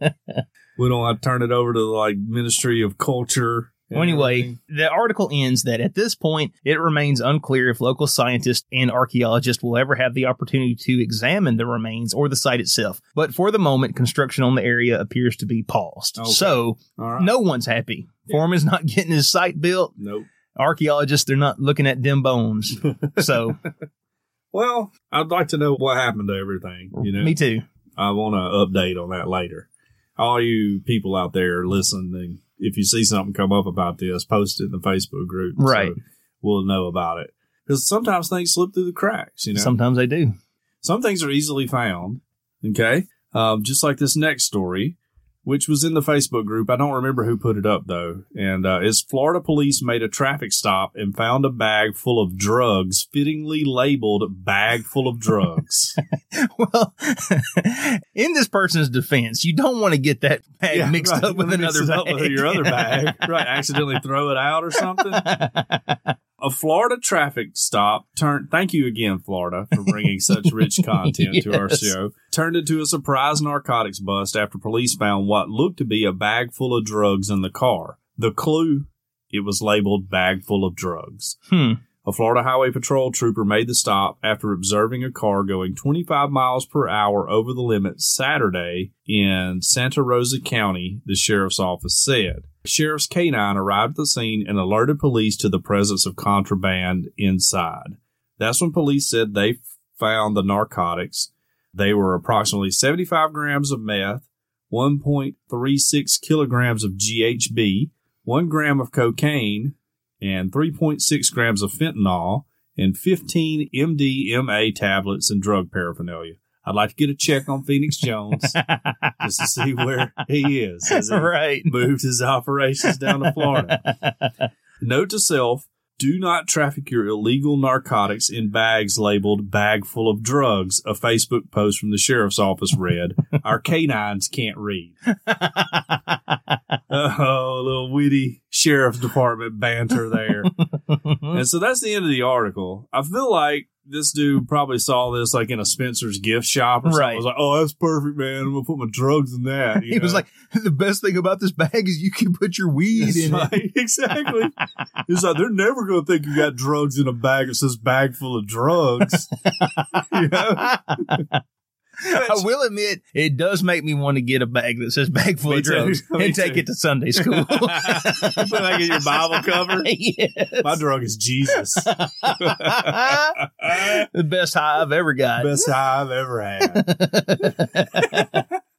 Speaker 3: we don't want to turn it over to the like Ministry of Culture. and
Speaker 2: Well, anyway,
Speaker 3: everything.
Speaker 2: the article ends that at this point, it remains unclear if local scientists and archaeologists will ever have the opportunity to examine the remains or the site itself. But for the moment, construction on the area appears to be paused.
Speaker 3: Okay.
Speaker 2: So
Speaker 3: all right.
Speaker 2: no one's happy.
Speaker 3: Yeah.
Speaker 2: Foreman's not <laughs> getting his site built.
Speaker 3: Nope.
Speaker 2: Archaeologists, they're not looking at them
Speaker 3: <laughs>
Speaker 2: bones. So
Speaker 3: Well, I'd like to know what happened to everything. You know,
Speaker 2: me too.
Speaker 3: I want to update on that later. All you people out there listening, if you see something come up about this, post it in the Facebook group.
Speaker 2: Right.
Speaker 3: So we'll know about it. Because sometimes things slip through the cracks, you know. Some,
Speaker 2: Sometimes they do. <laughs>
Speaker 3: things are easily found. Okay. Um, just like this next story, which was in the Facebook group. I don't remember who put it up, though. And uh, it's Florida police made a traffic stop and found a bag full of drugs, fittingly labeled bag full of drugs.
Speaker 2: Well, <laughs> in this person's defense, you don't want to get that bag
Speaker 3: Yeah,
Speaker 2: mixed
Speaker 3: right.
Speaker 2: up with
Speaker 3: Mix
Speaker 2: another
Speaker 3: it
Speaker 2: bag.
Speaker 3: up with your
Speaker 2: <laughs>
Speaker 3: other bag, right? Accidentally throw it out or something. A Florida traffic stop turned. Thank you again, Florida, for bringing
Speaker 2: <laughs>
Speaker 3: such rich content to our
Speaker 2: Yes.
Speaker 3: show. Turned into a surprise narcotics bust after police found what looked to be a bag full of drugs in the car. The clue: it was labeled "bag full of drugs."
Speaker 2: Hmm.
Speaker 3: A Florida Highway Patrol trooper made the stop after observing a car going 25 miles per hour over the limit Saturday in Santa Rosa County, the sheriff's office said. Sheriff's canine arrived at the scene and alerted police to the presence of contraband inside. That's when police said they found the narcotics. They were approximately 75 grams of meth, 1.36 kilograms of GHB, 1 gram of cocaine, and 3.6 grams of fentanyl and 15 MDMA tablets and drug paraphernalia. I'd like to get a check on Phoenix Jones just to see where he is. Has he
Speaker 2: right.
Speaker 3: moved his operations down to Florida?
Speaker 2: <laughs>
Speaker 3: Note to self do not traffic your illegal narcotics in bags labeled bag full of drugs, a Facebook post from the sheriff's office read. Our canines
Speaker 2: <laughs>
Speaker 3: can't read. Oh, a little witty sheriff's department banter there. and so that's the end of the article. I feel like this dude probably saw this like in a Spencer's gift shop or something.
Speaker 2: Right.
Speaker 3: was like, oh, that's perfect, man. I'm gonna put my drugs in that. you
Speaker 2: <laughs> He was
Speaker 3: know?
Speaker 2: like, the best thing about this bag is you can put your weed
Speaker 3: It's
Speaker 2: in it.
Speaker 3: like- <laughs> exactly. It's like they're never gonna think you got drugs in a bag. It's this bag full of <laughs> drugs. you know?
Speaker 2: <laughs>
Speaker 3: <laughs>
Speaker 2: I will admit, it does make me want to get a bag that says bag full
Speaker 3: Me
Speaker 2: of drugs
Speaker 3: too. <laughs> Me
Speaker 2: and take
Speaker 3: too.
Speaker 2: it to Sunday
Speaker 3: <laughs>
Speaker 2: school.
Speaker 3: You put that in
Speaker 2: <laughs>
Speaker 3: your Bible cover. My drug is <laughs> Jesus.
Speaker 2: <laughs>
Speaker 3: <laughs>
Speaker 2: Yes. the best high I've ever got.
Speaker 3: Best high I've ever had.
Speaker 2: <laughs>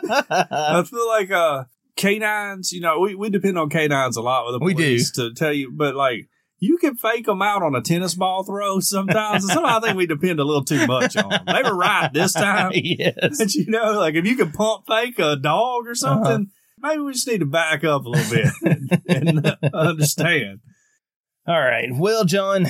Speaker 3: I feel like uh canines, you know, we, we depend on canines a lot with the
Speaker 2: We do.
Speaker 3: police to tell you, but like you can fake them out on a tennis ball throw sometimes. and sometimes I think we depend a little too much on 'em. They were right this time.
Speaker 2: yes.
Speaker 3: But <laughs> you know, like if you can pump fake a dog
Speaker 2: Uh-huh.
Speaker 3: or something, maybe we just need to back up a little
Speaker 2: <laughs>
Speaker 3: bit and, and uh, understand.
Speaker 2: All right. Well, John,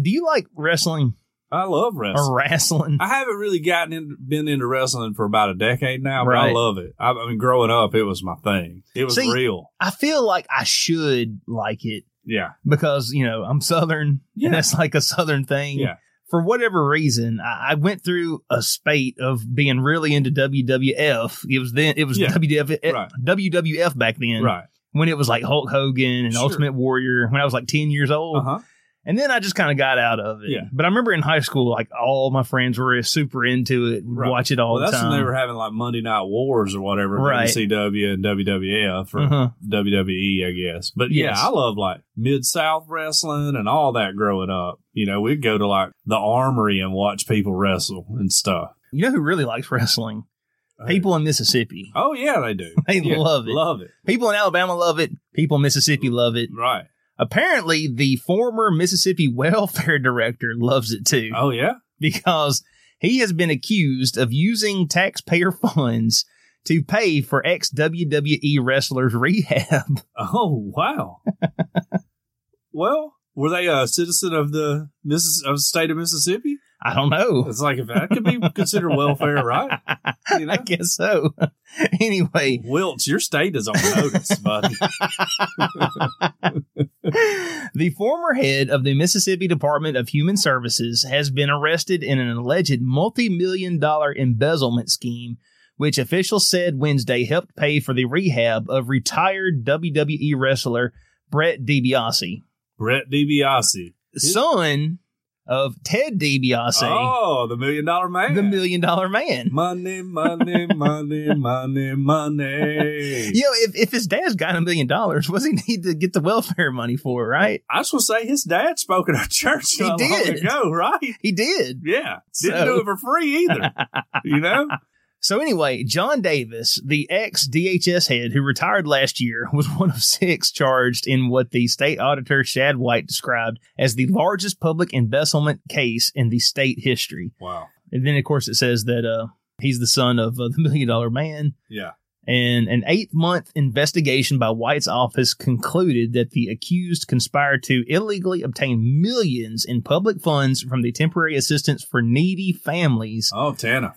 Speaker 2: do you like wrestling
Speaker 3: I love wrestling.
Speaker 2: or wrestling?
Speaker 3: I haven't really gotten in, been into wrestling for about a decade now, but I
Speaker 2: Right.
Speaker 3: love it. I, I mean, growing up, it was my thing. It was
Speaker 2: See-
Speaker 3: real.
Speaker 2: I feel like I should like it
Speaker 3: Yeah,
Speaker 2: because, you know, I'm Southern.
Speaker 3: Yeah.
Speaker 2: And that's like a Southern thing.
Speaker 3: Yeah.
Speaker 2: For whatever reason, I, I went through a spate of being really into WWF. It was then, it was
Speaker 3: Yeah.
Speaker 2: WWF,
Speaker 3: Right.
Speaker 2: WWF back then.
Speaker 3: right.
Speaker 2: when it was like Hulk Hogan and
Speaker 3: Sure.
Speaker 2: Ultimate Warrior when I was like 10 years old.
Speaker 3: Uh huh.
Speaker 2: And then I just kind of got out of it.
Speaker 3: Yeah.
Speaker 2: But I remember in high school, like all my friends were super into it, would
Speaker 3: Right.
Speaker 2: watch it all
Speaker 3: Well,
Speaker 2: the
Speaker 3: that's
Speaker 2: time.
Speaker 3: when they were having like Monday Night Wars or whatever,
Speaker 2: Right.
Speaker 3: WCW and WWF or
Speaker 2: Uh-huh.
Speaker 3: WWE, E, I guess. But yeah,
Speaker 2: Yes.
Speaker 3: I love like Mid South wrestling and all that growing up. You know, we'd go to like the armory and watch people wrestle and stuff.
Speaker 2: You know who really likes wrestling?
Speaker 3: Uh,
Speaker 2: People in Mississippi.
Speaker 3: Oh, yeah, they do.
Speaker 2: <laughs> They
Speaker 3: Yeah,
Speaker 2: love it.
Speaker 3: Love it.
Speaker 2: People in Alabama love it. People in Mississippi love it.
Speaker 3: Right.
Speaker 2: Apparently, the former Mississippi <laughs> welfare director loves it too
Speaker 3: Oh, yeah.
Speaker 2: because he has been accused of using taxpayer <laughs> funds to pay for ex WWE wrestlers' rehab. <laughs>
Speaker 3: Oh wow! well, were they a citizen of the Missis- of the state of Mississippi?
Speaker 2: I don't know.
Speaker 3: It's like if that could be considered welfare, right? You
Speaker 2: <laughs>
Speaker 3: know?
Speaker 2: I guess so. <laughs> anyway,
Speaker 3: Wilts, your state is on
Speaker 2: <laughs>
Speaker 3: notice, buddy.
Speaker 2: the former head of the Mississippi Department of Human Services has been arrested in an alleged multi million dollar embezzlement scheme, which officials said Wednesday helped pay for the rehab of retired WWE wrestler Brett DiBiase,
Speaker 3: Brett DiBiase.
Speaker 2: son of Ted DiBiase,
Speaker 3: Oh, the million dollar man.
Speaker 2: the million dollar man.
Speaker 3: Money, money, money, money, money.
Speaker 2: You know, if, if his dad's got a million dollars, <laughs> what does he need to get the welfare money for, right?
Speaker 3: I was gonna say his dad spoke at our church
Speaker 2: He
Speaker 3: not long
Speaker 2: did.
Speaker 3: ago, right?
Speaker 2: He did.
Speaker 3: Yeah, didn't
Speaker 2: So-
Speaker 3: do it for free either. You know,
Speaker 2: <laughs> So anyway, John Davis, the ex DHS head who retired last year, was one of six charged in what the state auditor Shad White described as the largest public embezzlement case in the state history.
Speaker 3: wow.
Speaker 2: And then, of course, it says that uh, he's the son of uh, the Million Dollar Man.
Speaker 3: Yeah,
Speaker 2: And an eight month investigation by White's office concluded that the accused conspired to illegally obtain millions in public funds from the temporary assistance for needy families
Speaker 3: oh Tana.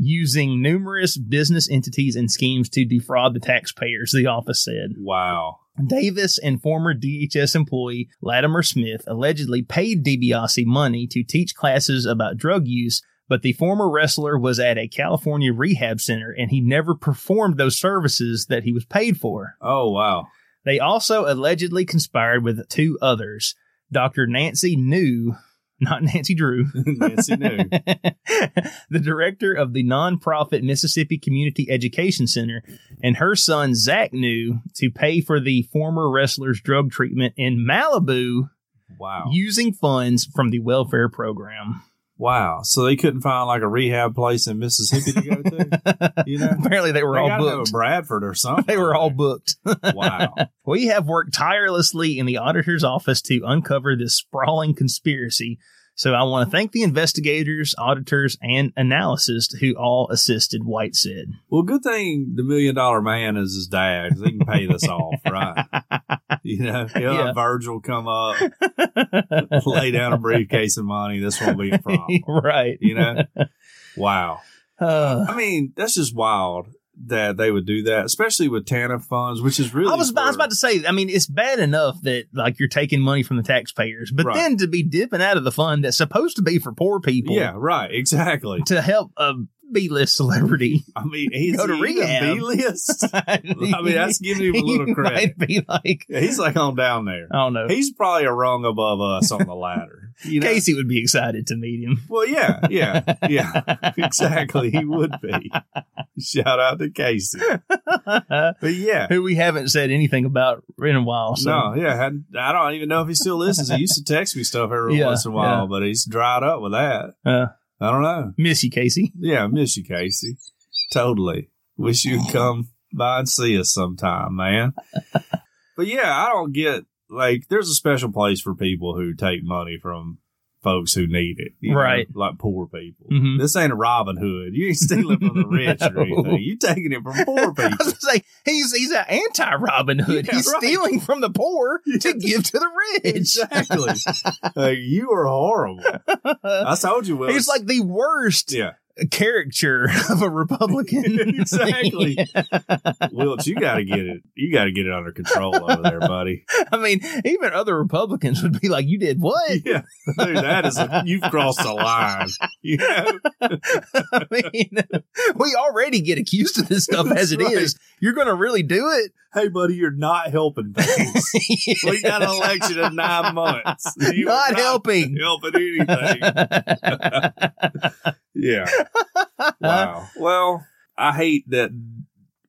Speaker 2: using numerous business entities and schemes to defraud the taxpayers, the office said.
Speaker 3: Wow.
Speaker 2: Davis and former DHS employee Latimer Smith allegedly paid DiBiase money to teach classes about drug use, but the former wrestler was at a California rehab center and he never performed those services that he was paid for.
Speaker 3: Oh wow. <laughs>
Speaker 2: They also allegedly conspired with two others, Dr. Nancy New, not Nancy Drew,
Speaker 3: Nancy knew.
Speaker 2: <laughs> the director of the nonprofit Mississippi Community Education Center, and her son Zach New to pay for the former wrestler's drug treatment in Malibu
Speaker 3: Wow.
Speaker 2: using funds from the welfare program. <laughs>
Speaker 3: wow. So they couldn't find like a rehab place in Mississippi to go to?
Speaker 2: <laughs>
Speaker 3: You know?
Speaker 2: Apparently, they were
Speaker 3: They
Speaker 2: all
Speaker 3: gotta know
Speaker 2: booked.
Speaker 3: Bradford or something.
Speaker 2: They were all booked.
Speaker 3: Wow.
Speaker 2: We have worked tirelessly in the auditor's office to uncover this sprawling conspiracy. So I want to thank the investigators, auditors, and analysts who all assisted, White said. <laughs>
Speaker 3: Well, good thing the million dollar man is his dad 'cause he can pay this
Speaker 2: <laughs>
Speaker 3: off, right? You know, he'll
Speaker 2: Yeah.
Speaker 3: have Virgil come up, lay down a briefcase of money. This
Speaker 2: <laughs>
Speaker 3: won't be a problem.
Speaker 2: right.
Speaker 3: You know? Wow.
Speaker 2: Uh,
Speaker 3: I mean, that's just wild that they would do that, especially with TANF funds, which is really.
Speaker 2: I was, I was
Speaker 3: for-
Speaker 2: about to say, I mean, it's bad enough that like you're taking money from the taxpayers, but
Speaker 3: Right.
Speaker 2: then to be dipping out of the fund that's supposed to be for poor people
Speaker 3: Yeah, right. Exactly.
Speaker 2: to help a B-list celebrity.
Speaker 3: I mean, he's
Speaker 2: Go to rehab. <laughs>
Speaker 3: B list. <laughs> I mean, that's giving him a little credit.
Speaker 2: Might Uh, be like,
Speaker 3: Yeah, he's like on down there.
Speaker 2: I don't know.
Speaker 3: He's probably a rung above us on the ladder. You know?
Speaker 2: Casey would be excited to meet him.
Speaker 3: Well, yeah, yeah, yeah. <laughs> exactly. He would be. Shout out to Casey. But yeah.
Speaker 2: <laughs> Who we haven't said anything about in a while. So.
Speaker 3: No, yeah, hadn't- I don't even know if he still listens. He used to text me stuff every
Speaker 2: Yeah,
Speaker 3: once in a while, but he's dried up with that.
Speaker 2: Uh,
Speaker 3: I don't know.
Speaker 2: miss you, Casey. <laughs>
Speaker 3: Yeah, miss you, Casey. Totally. Wish you'd come by and see us sometime, man. <laughs> But yeah, I don't get like there's a special place for people who take money from folks who need it, you know,
Speaker 2: Right.
Speaker 3: like poor people.
Speaker 2: Mhm.
Speaker 3: This ain't a Robin Hood. You ain't
Speaker 2: <laughs>
Speaker 3: stealing from the rich or
Speaker 2: No.
Speaker 3: anything. You taking it
Speaker 2: <laughs>
Speaker 3: from poor
Speaker 2: I
Speaker 3: people.
Speaker 2: was gonna say he's he's an anti Robin Hood.
Speaker 3: Yeah,
Speaker 2: he's
Speaker 3: right.
Speaker 2: stealing from the poor to give to the rich.
Speaker 3: exactly. like, you are horrible. I told you, Will.
Speaker 2: He's like the worst
Speaker 3: yeah,
Speaker 2: caricature <laughs> of a <laughs>
Speaker 3: <laughs>
Speaker 2: Republican. <laughs>
Speaker 3: exactly. Wilt, you got to get it. You got to get it under control over
Speaker 2: <laughs>
Speaker 3: there, buddy.
Speaker 2: I mean, even other Republicans would be like, "You did what?"
Speaker 3: Yeah, dude, that is a, you've crossed the line. You know?
Speaker 2: <laughs> I mean, we already get accused of this stuff as it
Speaker 3: <laughs> That's right.
Speaker 2: is. You're going to really do it?
Speaker 3: Hey, buddy, you're not helping things.
Speaker 2: <laughs>
Speaker 3: We got an election in nine months. You are
Speaker 2: not,
Speaker 3: <laughs>
Speaker 2: helping.
Speaker 3: helping anything.
Speaker 2: <laughs>
Speaker 3: Yeah. Wow. well, I hate that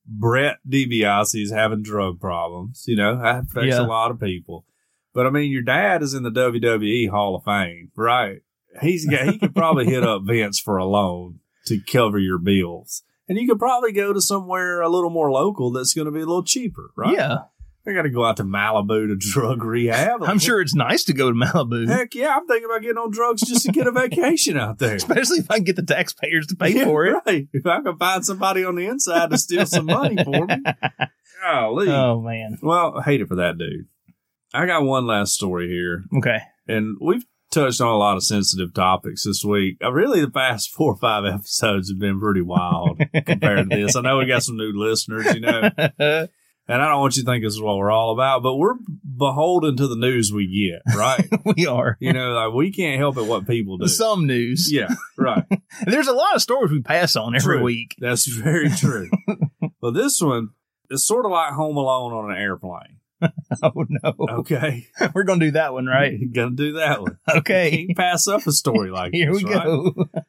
Speaker 3: Brett DiBiase is having drug problems. You know, that affects
Speaker 2: Yeah.
Speaker 3: a lot of people. But I mean, your dad is in the WWE Hall of Fame, right? He's got he could probably hit up Vince for a loan to cover your bills. And you could probably go to somewhere a little more local that's going to be a little cheaper, right?
Speaker 2: Yeah,
Speaker 3: I got to go out to Malibu to <laughs> drug rehab.
Speaker 2: I'm sure it's nice to go to Malibu,
Speaker 3: Heck yeah, I'm thinking about getting on drugs just to get a vacation out there.
Speaker 2: especially if I can get the taxpayers to pay
Speaker 3: Yeah,
Speaker 2: for it.
Speaker 3: Right. If I can find somebody on the inside to steal some money
Speaker 2: <laughs>
Speaker 3: for me. Golly.
Speaker 2: Oh man.
Speaker 3: well, I hate it for that dude. I got one last story here,
Speaker 2: Okay. <laughs>
Speaker 3: and we've touched on a lot of sensitive topics this week. Uh, Really, the past four or five episodes have been pretty wild compared to this. I know we got some new listeners, you know, and I don't want you to think this is what we're all about, but we're beholden to the news we get,
Speaker 2: <laughs>
Speaker 3: right?
Speaker 2: we are.
Speaker 3: you know, like we can't help it what people do.
Speaker 2: Some news.
Speaker 3: yeah, right.
Speaker 2: There's a lot of stories we pass on every
Speaker 3: True.
Speaker 2: week. <laughs>
Speaker 3: That's <laughs> very true. well, this one is sort of like Home Alone on an airplane.
Speaker 2: Oh no.
Speaker 3: Uh-huh. <laughs> Okay,
Speaker 2: We're gonna do that one, <laughs> right?
Speaker 3: gonna do that one.
Speaker 2: <laughs> Okay.
Speaker 3: Can't pass up a
Speaker 2: <laughs>
Speaker 3: story like
Speaker 2: Here
Speaker 3: this.
Speaker 2: we
Speaker 3: right?
Speaker 2: go.
Speaker 3: <laughs>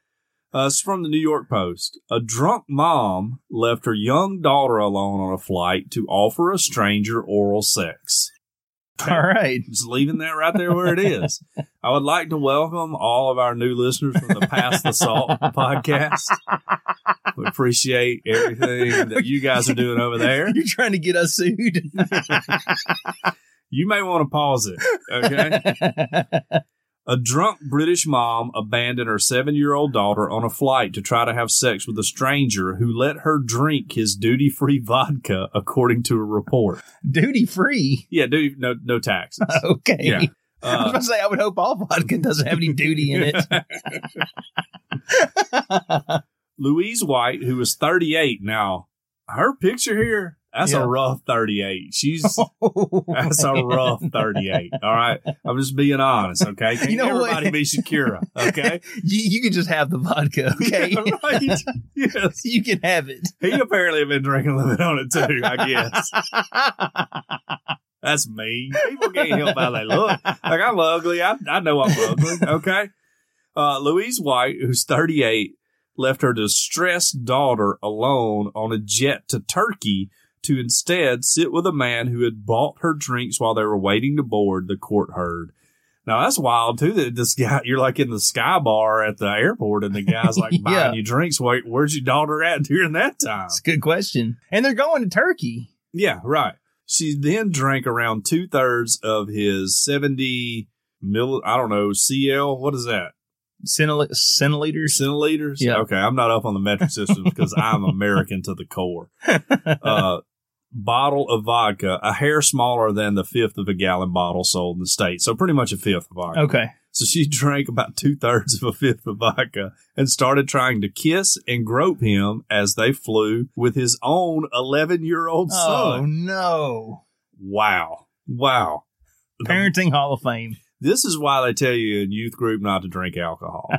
Speaker 3: Uh, it's from the New York Post. A drunk mom left her young daughter alone on a flight to offer a stranger oral sex.
Speaker 2: All right.
Speaker 3: Just leaving that right there where
Speaker 2: <laughs>
Speaker 3: it is. I would like to welcome all of our new listeners from the Pass the
Speaker 2: <laughs>
Speaker 3: Salt podcast. We appreciate everything that you guys are doing over there.
Speaker 2: <laughs> You're trying to get us sued. <laughs>
Speaker 3: You may want to pause it.
Speaker 2: <laughs>
Speaker 3: Okay. a drunk British mom abandoned her seven year old daughter on a flight to try to have sex with a stranger who let her drink his duty free vodka, according to a report.
Speaker 2: Duty free.
Speaker 3: Yeah, duty, no, no taxes.
Speaker 2: <laughs> Okay.
Speaker 3: Yeah.
Speaker 2: <laughs> I was
Speaker 3: Uh,
Speaker 2: about to say, I would hope all vodka doesn't have any duty
Speaker 3: <laughs>
Speaker 2: in it. <laughs>
Speaker 3: Louise White, who is 38 now, her picture here, that's
Speaker 2: Yeah.
Speaker 3: a rough 38.
Speaker 2: <laughs>
Speaker 3: She's. That's a rough 38. All right. I'm just being honest. Okay. Can't
Speaker 2: You know what?
Speaker 3: everybody be Shakira. Okay.
Speaker 2: you, you can just have the
Speaker 3: <laughs>
Speaker 2: vodka, <laughs> okay?
Speaker 3: Yeah, right. Yes.
Speaker 2: <laughs> You can have it.
Speaker 3: <laughs> He apparently had been drinking a limit on it too, I guess. That's mean. People can't help how they look. Like, I'm ugly. I, I know I'm ugly. Okay. Uh, Louise White, who's 38, left her distressed daughter alone on a jet to Turkey to instead sit with a man who had bought her drinks while they were waiting to board, the court heard. Now, that's wild, too, that this guy, you're like in the sky bar at the airport and the guy's like buying
Speaker 2: Yeah.
Speaker 3: you drinks. Wait, where's your daughter at <laughs> during that time?
Speaker 2: It's a good question. And they're going to Turkey.
Speaker 3: Yeah, right. She then drank around two thirds of his seventy mill. I don't know CL. What is that?
Speaker 2: Centil- Centiliters.
Speaker 3: Centiliters.
Speaker 2: Yeah.
Speaker 3: Okay, I'm not up on the
Speaker 2: <laughs>
Speaker 3: metric system because I'm American to the core. Uh, bottle of vodka, a hair smaller than the fifth of a gallon bottle sold in the state. So pretty much a fifth of vodka.
Speaker 2: Okay.
Speaker 3: So she drank about two thirds of a fifth of vodka and started trying to kiss and grope him as they flew with his own 11 year old
Speaker 2: Oh,
Speaker 3: son.
Speaker 2: no.
Speaker 3: Wow. Wow.
Speaker 2: Parenting Hall of Fame.
Speaker 3: This is why they tell you in youth group not to drink alcohol.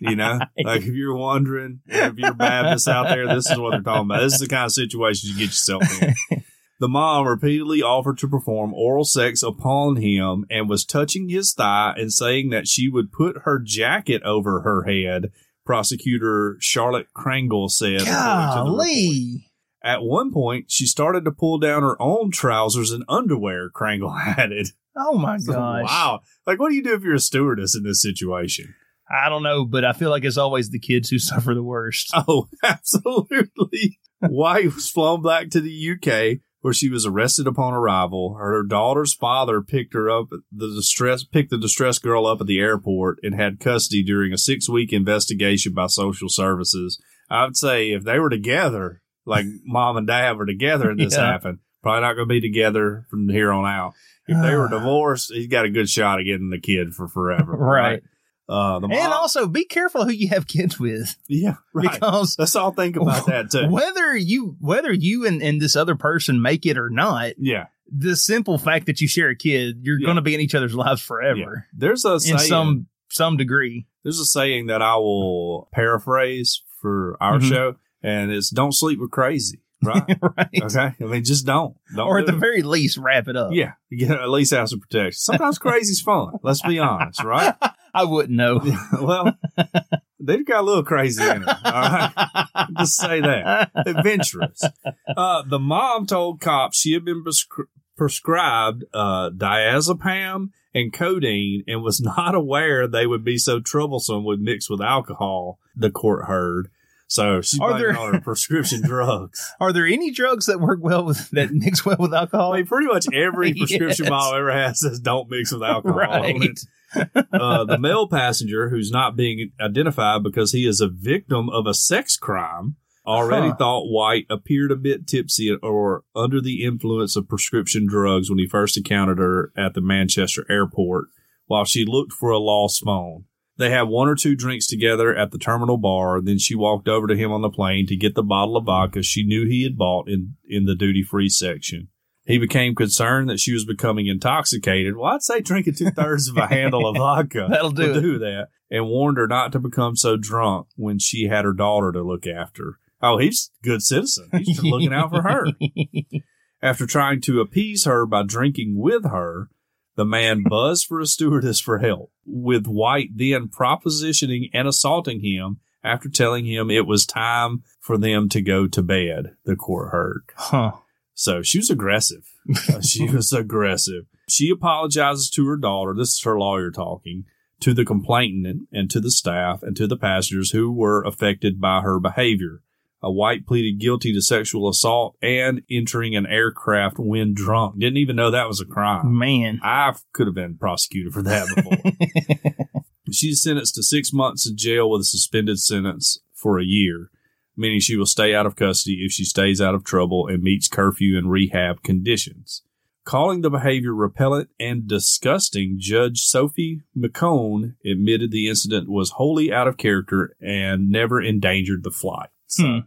Speaker 3: You know, like if you're wondering, if you're Baptist out there, this is what they're talking about. This is the kind of situation you get yourself in. The mom repeatedly offered to perform oral sex upon him and was touching his thigh and saying that she would put her jacket over her head. Prosecutor Charlotte Krangle said, according to the report.
Speaker 2: Golly.
Speaker 3: At one point, she started to pull down her own trousers and underwear, Krangle <laughs> added.
Speaker 2: Oh,
Speaker 3: <laughs>
Speaker 2: my gosh.
Speaker 3: Wow. Like, what do you do if you're a stewardess in this situation? <laughs>
Speaker 2: I don't know, but I feel like it's always the kids who <laughs> suffer the worst.
Speaker 3: Oh, <laughs> absolutely. White was flown back to the UK where she was arrested upon arrival. Her daughter's father picked her up the distress picked the distressed girl up at the airport and had custody during a six week investigation by social services. I'd say if they were together, like mom and dad were together and this
Speaker 2: <laughs> Yeah.
Speaker 3: happened, probably not gonna be together from here on out. If they
Speaker 2: <sighs>
Speaker 3: were
Speaker 2: Ah.
Speaker 3: divorced, he's got a good shot of getting the kid for forever.
Speaker 2: Right.
Speaker 3: Uh, the mom,
Speaker 2: And also, be careful who you have kids with
Speaker 3: <laughs> yeah, right.
Speaker 2: because
Speaker 3: Let's all think about
Speaker 2: <laughs>
Speaker 3: that too.
Speaker 2: whether you whether you and, and this other person make it or not,
Speaker 3: Yeah,
Speaker 2: the simple fact that you share a kid, you're
Speaker 3: Yeah.
Speaker 2: going to be in each other's lives forever
Speaker 3: there's a
Speaker 2: in
Speaker 3: saying,
Speaker 2: some some degree.
Speaker 3: there's a saying that I will paraphrase for our
Speaker 2: Mhm.
Speaker 3: show, and it's "Don't sleep with crazy." Right?
Speaker 2: <laughs> Right.
Speaker 3: okay. I mean, just don't. Don't.
Speaker 2: or at
Speaker 3: do
Speaker 2: the
Speaker 3: it.
Speaker 2: very least, wrap it up.
Speaker 3: yeah, you gotta at least have some
Speaker 2: <laughs>
Speaker 3: protection. Sometimes crazy's fun. Let's be honest, right? <laughs>
Speaker 2: I wouldn't know.
Speaker 3: well, they've got a little crazy in it. All right. <laughs> Just say that. adventurous. Uh, the mom told cops she had been prescri- prescribed uh, diazepam and codeine and was <laughs> not aware they would be so troublesome when mixed with alcohol. The court heard. So she's
Speaker 2: Are
Speaker 3: blaming
Speaker 2: there-
Speaker 3: on her prescription drugs.
Speaker 2: <laughs> Are there any drugs that work well with that mix well with alcohol?
Speaker 3: I mean, pretty much
Speaker 2: <laughs>
Speaker 3: every
Speaker 2: Yes.
Speaker 3: prescription mom ever has says don't mix with alcohol. on
Speaker 2: Right.
Speaker 3: it. Uh, the male passenger, who's not being identified because he is a victim of a sex crime, already
Speaker 2: Huh.
Speaker 3: thought White appeared a bit tipsy or under the influence of prescription drugs when he first encountered her at the Manchester airport while she looked for a lost phone. They had one or two drinks together at the terminal bar. Then she walked over to him on the plane to get the bottle of vodka she knew he had bought in, in the duty free section. He became concerned that she was becoming intoxicated. Well, I'd say drinking two thirds of a handle of vodka
Speaker 2: <laughs> That'll do
Speaker 3: will
Speaker 2: it.
Speaker 3: do that. And warned her not to become so drunk when she had her daughter to look after. Oh, he's a good citizen. He's just looking out for her. After trying to appease her by drinking with her, the man buzzed for a stewardess for help, with White then propositioning and assaulting him after telling him it was time for them to go to bed, the court heard.
Speaker 2: <laughs> Huh.
Speaker 3: So she was aggressive. Uh, she was aggressive. She apologizes to her daughter. This is her lawyer talking to the complainant and to the staff and to the passengers who were affected by her behavior. A white pleaded guilty to sexual assault and entering an aircraft when drunk. Didn't even know that was a crime.
Speaker 2: Man.
Speaker 3: I could have been prosecuted for that before.
Speaker 2: <laughs>
Speaker 3: She's sentenced to six months in jail with a suspended sentence for a year, meaning she will stay out of custody if she stays out of trouble and meets curfew and rehab conditions. Calling the behavior repellent and disgusting, Judge Sophie McCone admitted the incident was wholly out of character and never endangered the flight. So
Speaker 2: Hmm.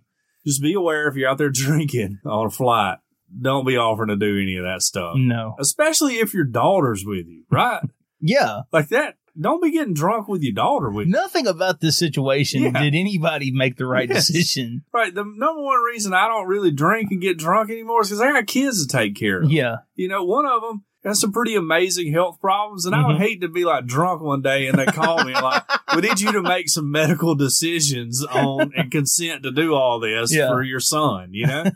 Speaker 3: just be aware if you're out there <laughs> drinking on a flight, don't be offering to do any of that stuff.
Speaker 2: No.
Speaker 3: Especially if your daughter's with you,
Speaker 2: <laughs>
Speaker 3: right?
Speaker 2: Yeah.
Speaker 3: like that. Don't be getting drunk with your daughter with you.
Speaker 2: Nothing about this situation
Speaker 3: Yeah.
Speaker 2: did anybody make the right
Speaker 3: <laughs> Yes.
Speaker 2: decision.
Speaker 3: Right. The number one reason I don't really drink and get drunk anymore is because I got kids to take care of.
Speaker 2: Yeah.
Speaker 3: You know, one of them has some pretty amazing health problems, and I would
Speaker 2: Mhm.
Speaker 3: hate to be like drunk one day and they call me
Speaker 2: <laughs>
Speaker 3: like, "We need you to make some medical decisions on and consent to do all this
Speaker 2: Yeah.
Speaker 3: for your son."
Speaker 2: <laughs>
Speaker 3: You know,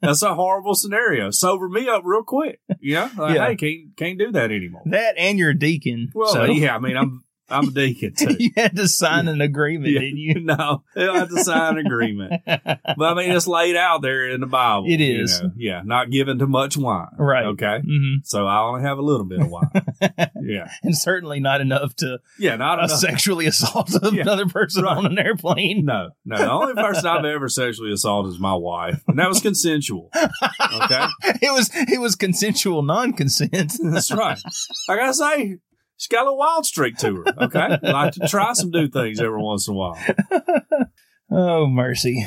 Speaker 3: that's a horrible scenario. Sober me up real quick. You know, like,
Speaker 2: Yeah.
Speaker 3: hey, can't can't do that anymore.
Speaker 2: That and you're a deacon.
Speaker 3: Well,
Speaker 2: so
Speaker 3: <laughs> yeah, I mean, I'm I'm a deacon too.
Speaker 2: <laughs> you had to sign an <laughs> agreement,
Speaker 3: Yeah.
Speaker 2: didn't you?
Speaker 3: no, they don't have to sign an agreement.
Speaker 2: <laughs>
Speaker 3: But I mean, it's laid out there in the Bible.
Speaker 2: It
Speaker 3: you
Speaker 2: is.
Speaker 3: know. Yeah, not given to much wine.
Speaker 2: Right.
Speaker 3: Okay.
Speaker 2: hmm
Speaker 3: So I only have a little bit of
Speaker 2: <laughs>
Speaker 3: wine. yeah.
Speaker 2: And certainly not enough to
Speaker 3: Yeah. Not
Speaker 2: uh,
Speaker 3: enough.
Speaker 2: sexually <laughs> assault
Speaker 3: Yeah.
Speaker 2: another person
Speaker 3: Right.
Speaker 2: on an airplane. <laughs>
Speaker 3: no, no. The only person I've ever sexually assaulted is my wife, and that was consensual. Okay,
Speaker 2: It was it was consensual non-consent. <laughs>
Speaker 3: that's right. Like I say, She's got a little wild streak to her. Okay. like to try some new things every once in a while.
Speaker 2: Oh, mercy.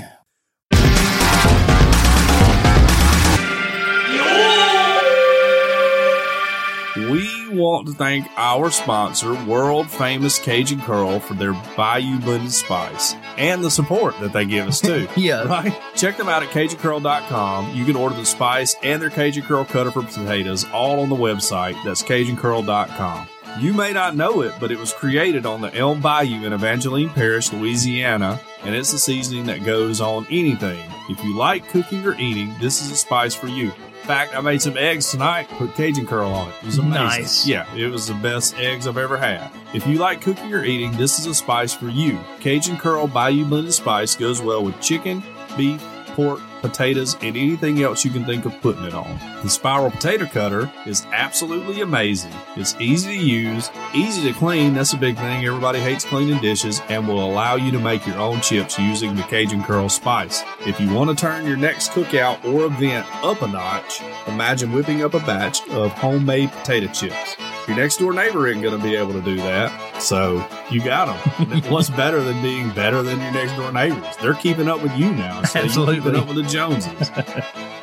Speaker 3: We want to thank our sponsor, world famous Cajun Curl, for their Bayou Blended Spice and the support that they give us too.
Speaker 2: Yeah.
Speaker 3: Right? Check them out at CajunCurl.com. You can order the spice and their Cajun Curl cutter for potatoes all on the website. That's CajunCurl.com. You may not know it, but it was created on the Elm Bayou in Evangeline Parish, Louisiana, and it's a seasoning that goes on anything. If you like cooking or eating, this is a spice for you. In fact, I made some eggs tonight, put Cajun Curl on it. It was amazing.
Speaker 2: Nice.
Speaker 3: Yeah, it was the best eggs I've ever had. If you like cooking or eating, this is a spice for you. Cajun Curl Bayou Blended Spice goes well with chicken, beef, pork, potatoes, and anything else you can think of putting it on. The spiral potato cutter is absolutely amazing. It's easy to use, easy to clean. That's a big thing. Everybody hates cleaning dishes and will allow you to make your own chips using the Cajun Curl spice. If you want to turn your next cookout or event up a notch, imagine whipping up a batch of homemade potato chips. Your next door neighbor isn't going to be able to do that. So you got them. What's better than being better than your next door neighbors? They're keeping up with you now. instead of you
Speaker 2: Absolutely.
Speaker 3: keeping up with the Joneses.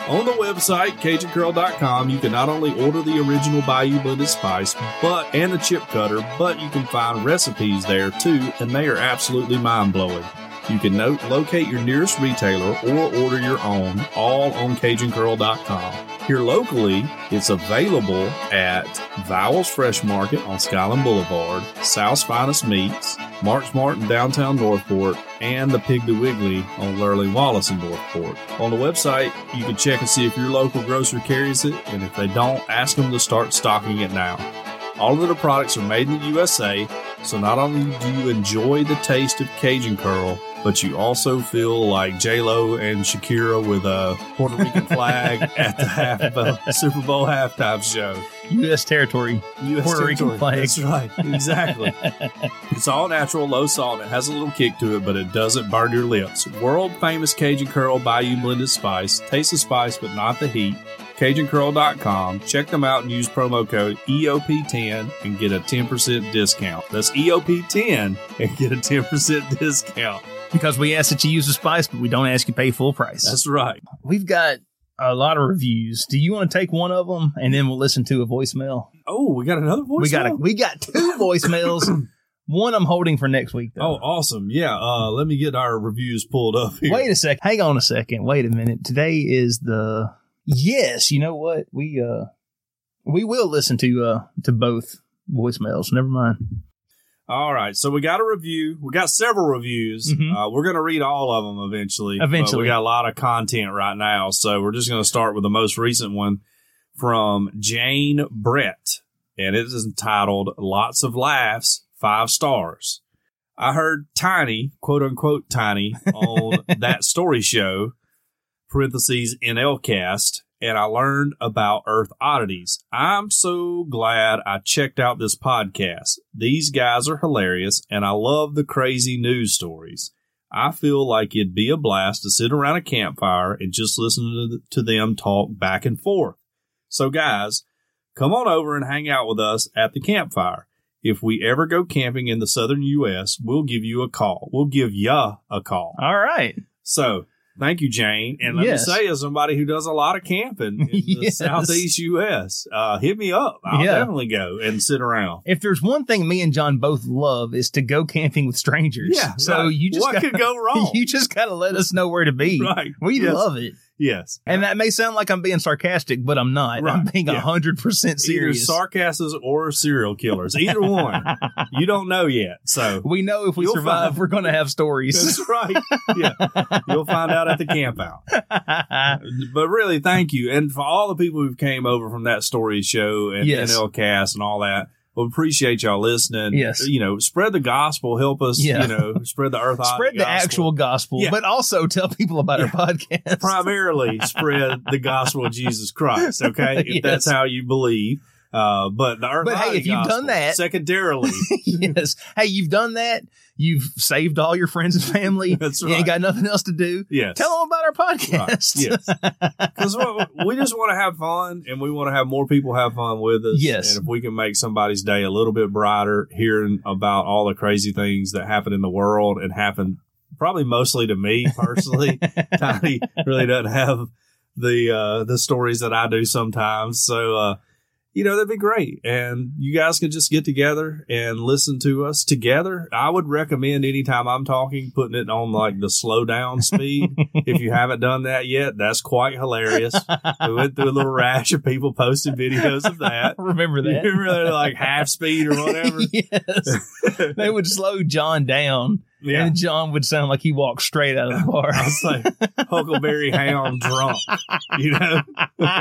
Speaker 3: On the website, CajunCurl.com, you can not only order the original Bayou Blended Spice but and the chip cutter, but you can find recipes there too, and they are absolutely mind blowing. You can note, locate your nearest retailer or order your own, all on CajunCurl.com. Here locally, it's available at Vowels Fresh Market on Skyland Boulevard, South's Finest Meats, Mark's Mart in downtown Northport, and the Pig the Wiggly on Lurley Wallace in Northport. On the website, you can check and see if your local grocer carries it, and if they don't, ask them to start stocking it now. All of their products are made in the USA, so not only do you enjoy the taste of Cajun Curl, but you also feel like J Lo and Shakira with a Puerto Rican flag at the half, uh, Super Bowl halftime show.
Speaker 2: U.S. territory.
Speaker 3: US
Speaker 2: Puerto Rican
Speaker 3: territory.
Speaker 2: flag.
Speaker 3: That's right. Exactly. <laughs> it's all natural, low salt. It has a little kick to it, but it doesn't burn your lips. World famous Cajun Curl Bayou Blended Spice. Taste the spice, but not the heat. CajunCurl.com. Check them out and use promo code E EOP10 and get a 10% discount. That's E EOP10 and get a 10% discount.
Speaker 2: Because we ask that you use the spice, but we don't ask you to pay full price.
Speaker 3: That's right.
Speaker 2: We've got a lot of reviews. Do you want to take one of them and then we'll listen to a voicemail?
Speaker 3: Oh, we got another voice.
Speaker 2: we got a, we got two voicemails. one I'm holding for next week.
Speaker 3: Oh,
Speaker 2: Though.
Speaker 3: awesome. Yeah. Uh, let me get our reviews pulled up here.
Speaker 2: wait a sec. Hang on a second. Wait a minute. Today is the yes. You know what? We uh we will listen to uh to both voicemails. Never mind.
Speaker 3: All right, so we got a review. We got several reviews.
Speaker 2: Mhm.
Speaker 3: Uh, we're going to read all of them eventually. but
Speaker 2: Eventually.
Speaker 3: we got a lot of content right now, so we're just going to start with the most recent one from Jane Brett, and it is entitled "Lots of Laughs, Five Stars." I heard Tiny, quote unquote Tiny, on that story show, parentheses NLcast, and I learned about Earth oddities. I'm so glad I checked out this podcast. These guys are hilarious, and I love the crazy news stories. I feel like it'd be a blast to sit around a campfire and just listen to, th- to them talk back and forth. So, guys, come on over and hang out with us at the campfire. If we ever go camping in the southern U.S., we'll give you a call. We'll give ya a call.
Speaker 2: All right.
Speaker 3: So thank you, Jane. And let
Speaker 2: Yes.
Speaker 3: me say, as somebody who does a lot of camping in
Speaker 2: <laughs>
Speaker 3: the
Speaker 2: Yes.
Speaker 3: southeast U.S., uh, hit me up. I'll
Speaker 2: Yeah.
Speaker 3: definitely go and sit around.
Speaker 2: If there's one thing me and John both love is to go camping with strangers.
Speaker 3: Yeah.
Speaker 2: So
Speaker 3: right.
Speaker 2: you just
Speaker 3: what
Speaker 2: gotta, <laughs>
Speaker 3: could go wrong?
Speaker 2: you just gotta let us know where to be.
Speaker 3: right.
Speaker 2: We
Speaker 3: yes.
Speaker 2: love it.
Speaker 3: Yes.
Speaker 2: And that may sound like I'm being sarcastic, but I'm not. I'm
Speaker 3: Right.
Speaker 2: being
Speaker 3: Yeah.
Speaker 2: hundred percent serious.
Speaker 3: Either sarcasts or serial
Speaker 2: <laughs>
Speaker 3: killers. Either one. you don't know yet. So
Speaker 2: we know if we
Speaker 3: You'll
Speaker 2: survive,
Speaker 3: find-
Speaker 2: we're going to have stories.
Speaker 3: that's right. Yeah. You'll find out at the camp out.
Speaker 2: <laughs>
Speaker 3: but really, thank you, and for all the people who came over from that story show and
Speaker 2: Yes.
Speaker 3: NLcast and all that. We appreciate y'all listening.
Speaker 2: Yes.
Speaker 3: you know, spread the gospel. Help us.
Speaker 2: Yeah.
Speaker 3: You know, spread the
Speaker 2: <laughs>
Speaker 3: earth.
Speaker 2: Spread the
Speaker 3: <laughs>
Speaker 2: actual gospel,
Speaker 3: Yeah.
Speaker 2: but also tell people about our podcast. <laughs>
Speaker 3: Primarily, spread the gospel of Jesus Christ. Okay, if that's
Speaker 2: Yes.
Speaker 3: how you believe. Uh, but the Earth
Speaker 2: But hey,
Speaker 3: Oddity
Speaker 2: if you've
Speaker 3: Gospel,
Speaker 2: done that- <laughs>
Speaker 3: secondarily,
Speaker 2: <laughs> yes. Hey, you've done that. You've saved all your friends and family.
Speaker 3: <laughs> That's
Speaker 2: you ain't got
Speaker 3: right.
Speaker 2: nothing else to do.
Speaker 3: yes.
Speaker 2: Tell them about our
Speaker 3: Right.
Speaker 2: podcast.
Speaker 3: Yes. Because we just want to have fun and we want to have more people have fun with us.
Speaker 2: Yes.
Speaker 3: And if we can make somebody's day a little bit brighter hearing about all the crazy things that happen in the world and happen probably mostly to me personally. Tiny really doesn't have the uh, the stories that I do sometimes. So uh, you know that'd be great, and you guys can just get together and listen to us together. I would recommend anytime I'm talking, putting it on like the slow down speed. if you haven't done that yet, that's quite hilarious. we went through a little rash of people posting videos of that.
Speaker 2: <laughs> Remember that.
Speaker 3: You <laughs> really like half speed or whatever.
Speaker 2: yes. <laughs> They would slow John down,
Speaker 3: Yeah.
Speaker 2: and John would sound like he walked straight out
Speaker 3: <laughs>
Speaker 2: of the bar.
Speaker 3: I was like Huckleberry Hound drunk, you know.
Speaker 2: <laughs> <laughs>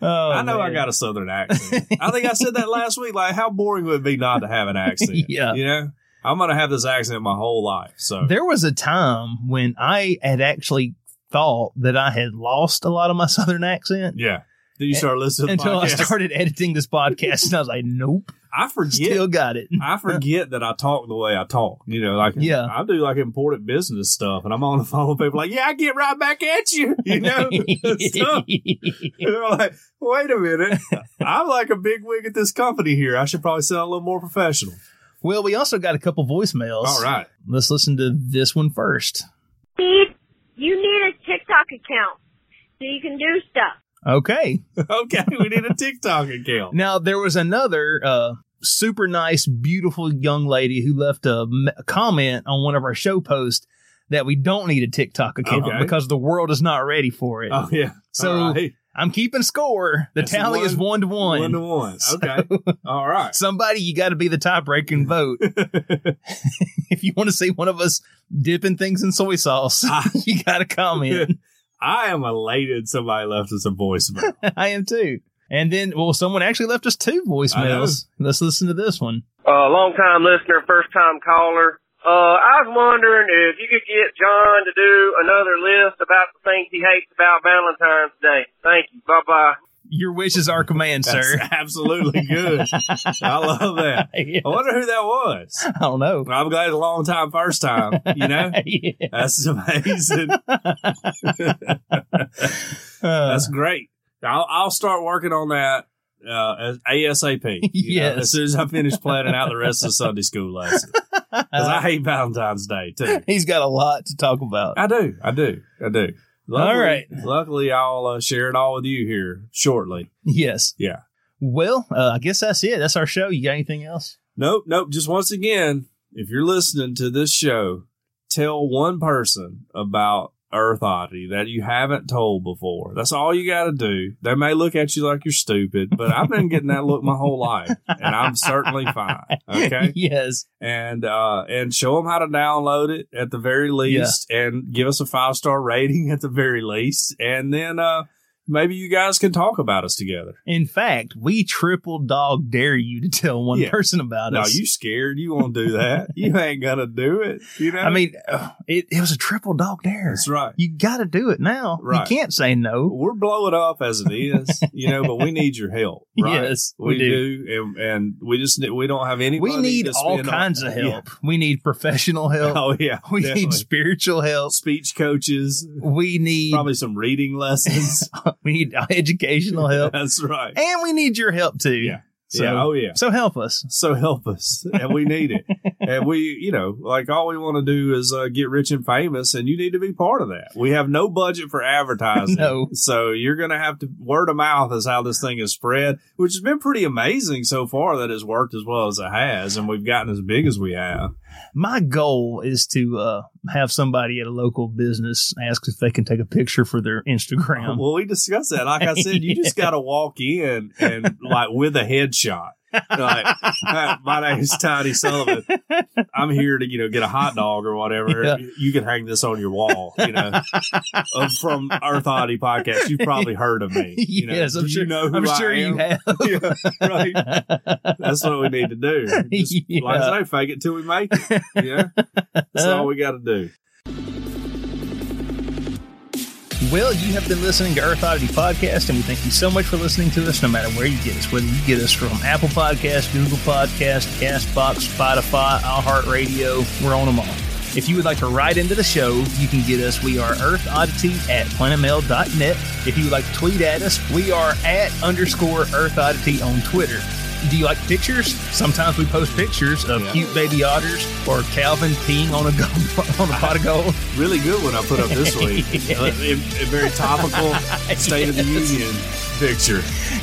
Speaker 2: Oh,
Speaker 3: I know I
Speaker 2: man.
Speaker 3: got a southern accent. I think I said that last week. Like, how boring would it be not to have an accent?
Speaker 2: <laughs> Yeah.
Speaker 3: You know, I'm going to have this accent my whole life. So,
Speaker 2: There was a time when I had actually thought that I had lost a lot of my <laughs> southern accent
Speaker 3: yeah. Then you start listening to the
Speaker 2: until I
Speaker 3: podcast.
Speaker 2: started editing this podcast, and I was like, "Nope,
Speaker 3: I forget.
Speaker 2: still got it."
Speaker 3: I forget that I talk the way I talk. You know, like
Speaker 2: Yeah.
Speaker 3: I do like important business stuff, and I'm on the phone with people like, "Yeah, I get right back at you." <laughs> You know, stuff. And they're like, "Wait a minute, I'm like a big wig at this company here. I should probably sound a little more professional."
Speaker 2: <laughs> well, we also got a couple voicemails.
Speaker 3: All right. <laughs>
Speaker 2: let's listen to this one first.
Speaker 4: need you need a TikTok account so you can do stuff.
Speaker 2: Okay.
Speaker 3: Okay, we need a TikTok
Speaker 2: <laughs>
Speaker 3: account.
Speaker 2: Now there was another uh, super nice, beautiful young lady who left a, m- a comment on one of our show posts that we don't need a TikTok account
Speaker 3: Okay.
Speaker 2: because the world is not ready for it.
Speaker 3: Oh yeah.
Speaker 2: So-
Speaker 3: All right.
Speaker 2: I'm keeping score. The
Speaker 3: That's
Speaker 2: tally is one to one.
Speaker 3: One to one. Okay. All right. <laughs>
Speaker 2: Somebody, you got to be the tiebreaker and vote. if you want to see one of us dipping things in soy sauce,
Speaker 3: Ah.
Speaker 2: <laughs> you got to comment.
Speaker 3: <laughs> I am elated somebody left us a voicemail.
Speaker 2: <laughs> I am too. And then, well, someone actually left us two voicemails. Let's listen to this one.
Speaker 5: Uh, long time listener, first time caller. Uh, I was wondering if you could get John to do another list about the things he hates about Valentine's Day. Thank you. Bye bye.
Speaker 2: Your wish is our command,
Speaker 3: That's
Speaker 2: <laughs> sir.
Speaker 3: absolutely good. I
Speaker 2: <laughs>
Speaker 3: love that.
Speaker 2: Yeah,
Speaker 3: <laughs> I wonder who that was.
Speaker 2: I don't know.
Speaker 3: I'm glad it's a long time, first time. <laughs>
Speaker 2: <laughs>
Speaker 3: You know,
Speaker 2: Yeah.
Speaker 3: that's
Speaker 2: <laughs>
Speaker 3: amazing.
Speaker 2: Uh,
Speaker 3: That's great. I'll, I'll start working on that uh, as- ASAP. you know,
Speaker 2: <laughs> Yes.
Speaker 3: as soon as I finish planning out the rest of Sunday school lesson, because I hate Valentine's Day too.
Speaker 2: <laughs> he's got a lot to talk about.
Speaker 3: I do. I do. I do. Luckily,
Speaker 2: All right.
Speaker 3: Luckily, I'll uh, share it all with you here shortly.
Speaker 2: yes.
Speaker 3: Yeah.
Speaker 2: Well, uh, I guess that's it. That's our show. You got anything else?
Speaker 3: Nope. Nope. Just once again, if you're listening to this show, tell one person about Earth Oddity that you haven't told before. That's all you got to do. They may look at you like you're stupid, but I've been getting that look my whole life, and I'm certainly fine. Okay.
Speaker 2: <laughs> yes.
Speaker 3: and uh, and show them how to download it at the very least, and give us a five star rating at the very least, and then uh, maybe you guys can talk about us together.
Speaker 2: In fact, we triple dog dare you to tell one
Speaker 3: Yeah.
Speaker 2: person about
Speaker 3: No,
Speaker 2: us.
Speaker 3: you scared? You won't do that? you ain't gonna do it. You know?
Speaker 2: I mean, uh, it, it was a triple dog dare. <laughs>
Speaker 3: that's right.
Speaker 2: You got to do it now.
Speaker 3: Right.
Speaker 2: You can't say no.
Speaker 3: We're blowing up as it is, you know, but
Speaker 2: <laughs>
Speaker 3: we need your help. Right?
Speaker 2: Yes,
Speaker 3: we,
Speaker 2: we
Speaker 3: do, and, and we just ne- we don't have any.
Speaker 2: We
Speaker 3: money
Speaker 2: need
Speaker 3: to
Speaker 2: all
Speaker 3: spend on-
Speaker 2: kinds of help. We need professional
Speaker 3: Yeah.
Speaker 2: help.
Speaker 3: Oh yeah,
Speaker 2: <laughs> we need
Speaker 3: definitely.
Speaker 2: spiritual help.
Speaker 3: speech coaches,
Speaker 2: We need
Speaker 3: probably some reading lessons.
Speaker 2: <laughs> we need educational <laughs>
Speaker 3: <laughs>
Speaker 2: help,
Speaker 3: that's right.
Speaker 2: and we need your help too.
Speaker 3: Yeah.
Speaker 2: So
Speaker 3: yeah. Oh yeah.
Speaker 2: so help us.
Speaker 3: So help us, and we need it. and we, you know, like all we want to do is uh, get rich and famous, and you need to be part of that. We have no budget for advertising,
Speaker 2: No.
Speaker 3: so you're going to have to word of mouth is how this thing is spread, which has been pretty amazing so far that it's worked as well as it has, and we've gotten as big as we have.
Speaker 2: My goal is to uh, have somebody at a local business ask if they can take a picture for their Instagram.
Speaker 3: Well, we discussed
Speaker 2: <laughs>
Speaker 3: that. Like I said, you just got to walk in and like with a headshot. like, "Hi, my name is Tiny Sullivan. I'm here to, you know, get a hot dog or whatever.
Speaker 2: Yeah.
Speaker 3: You can hang this on your wall, you know, of, from Earth Oddity podcast. You've probably heard of
Speaker 2: <laughs>
Speaker 3: me. You know,
Speaker 2: yes, I'm
Speaker 3: Do
Speaker 2: sure.
Speaker 3: You know who
Speaker 2: I'm
Speaker 3: I
Speaker 2: sure
Speaker 3: am?
Speaker 2: you have.
Speaker 3: yeah, right.
Speaker 2: <laughs>
Speaker 3: That's what we need to do. Just, Like I say, fake it till we make it.
Speaker 2: Uh,
Speaker 3: Yeah, that's all we got to do.
Speaker 2: Well, you have been listening to Earth Oddity Podcast, and we thank you so much for listening to us, no matter where you get us, whether you get us from Apple Podcast, Google Podcast, CastBox, Spotify, iHeartRadio, we're on them all. If you would like to write into the show, you can get us. We are Earth Oddity at planetmail.net. If you would like to tweet at us, we are at underscore Earth Oddity on Twitter. Do you like pictures? Sometimes we post pictures of cute baby otters or Calvin peeing on a, go- <laughs> on a pot of gold.
Speaker 3: Really good one I put up
Speaker 2: <laughs>
Speaker 3: this week. Uh, a- a very topical State of the Union picture.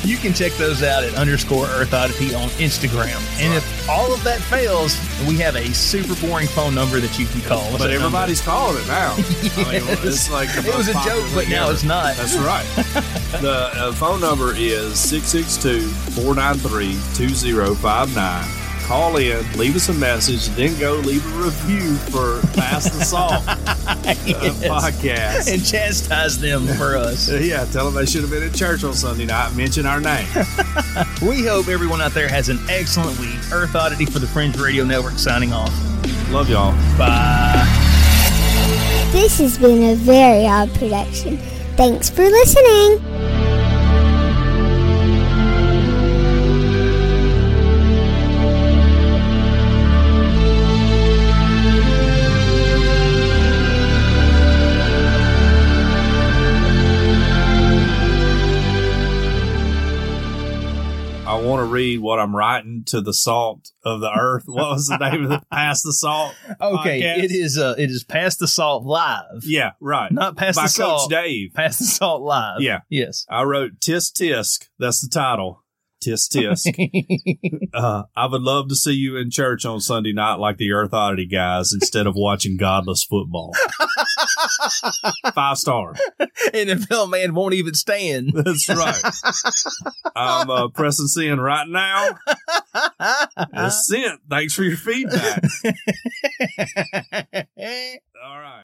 Speaker 2: You can check those out at underscore Earth Oddity on Instagram. And if all of that fails, we have a super boring phone number that you can call. What's
Speaker 3: But
Speaker 2: that number?
Speaker 3: everybody's calling it now. I
Speaker 2: <laughs>
Speaker 3: mean, it's like the
Speaker 2: It was a
Speaker 3: most
Speaker 2: joke,
Speaker 3: popular
Speaker 2: but
Speaker 3: thing
Speaker 2: now
Speaker 3: ever.
Speaker 2: it's not.
Speaker 3: That's
Speaker 2: <laughs>
Speaker 3: right. the uh, phone number is 662 493 2059. Call in, leave us a message, then go leave a review for Fast
Speaker 2: <laughs>
Speaker 3: Assault podcast. Uh,
Speaker 2: and chastise them for us.
Speaker 3: Yeah, tell them they should have been at church on Sunday night. Mention our name.
Speaker 2: We hope everyone out there has an excellent week. Earth Oddity for the Fringe Radio Network signing off.
Speaker 3: Love y'all.
Speaker 2: Bye.
Speaker 6: This has been a very odd production. Thanks for listening.
Speaker 3: I want to read what I'm writing to the salt of the earth. What was the name of
Speaker 2: <laughs>
Speaker 3: the Pass the Salt?
Speaker 2: Okay,
Speaker 3: podcast?
Speaker 2: it is uh, it is past the salt live,
Speaker 3: Yeah, right.
Speaker 2: not past
Speaker 3: By
Speaker 2: the
Speaker 3: Coach
Speaker 2: salt.
Speaker 3: Dave.
Speaker 2: Past the salt live.
Speaker 3: Yeah.
Speaker 2: Yes.
Speaker 3: I wrote Tisk Tisk. That's the title.
Speaker 2: <laughs>
Speaker 3: Tisk Tisk. uh, I would love to see you in church on Sunday night like the Earth Oddity guys instead of watching
Speaker 2: <laughs>
Speaker 3: godless football. Five star.
Speaker 2: NFL man won't even stand.
Speaker 3: <laughs>
Speaker 2: <laughs>
Speaker 3: That's right. I'm uh, pressing sin right
Speaker 2: <laughs>
Speaker 3: now. That's sin. Thanks for your feedback. All right.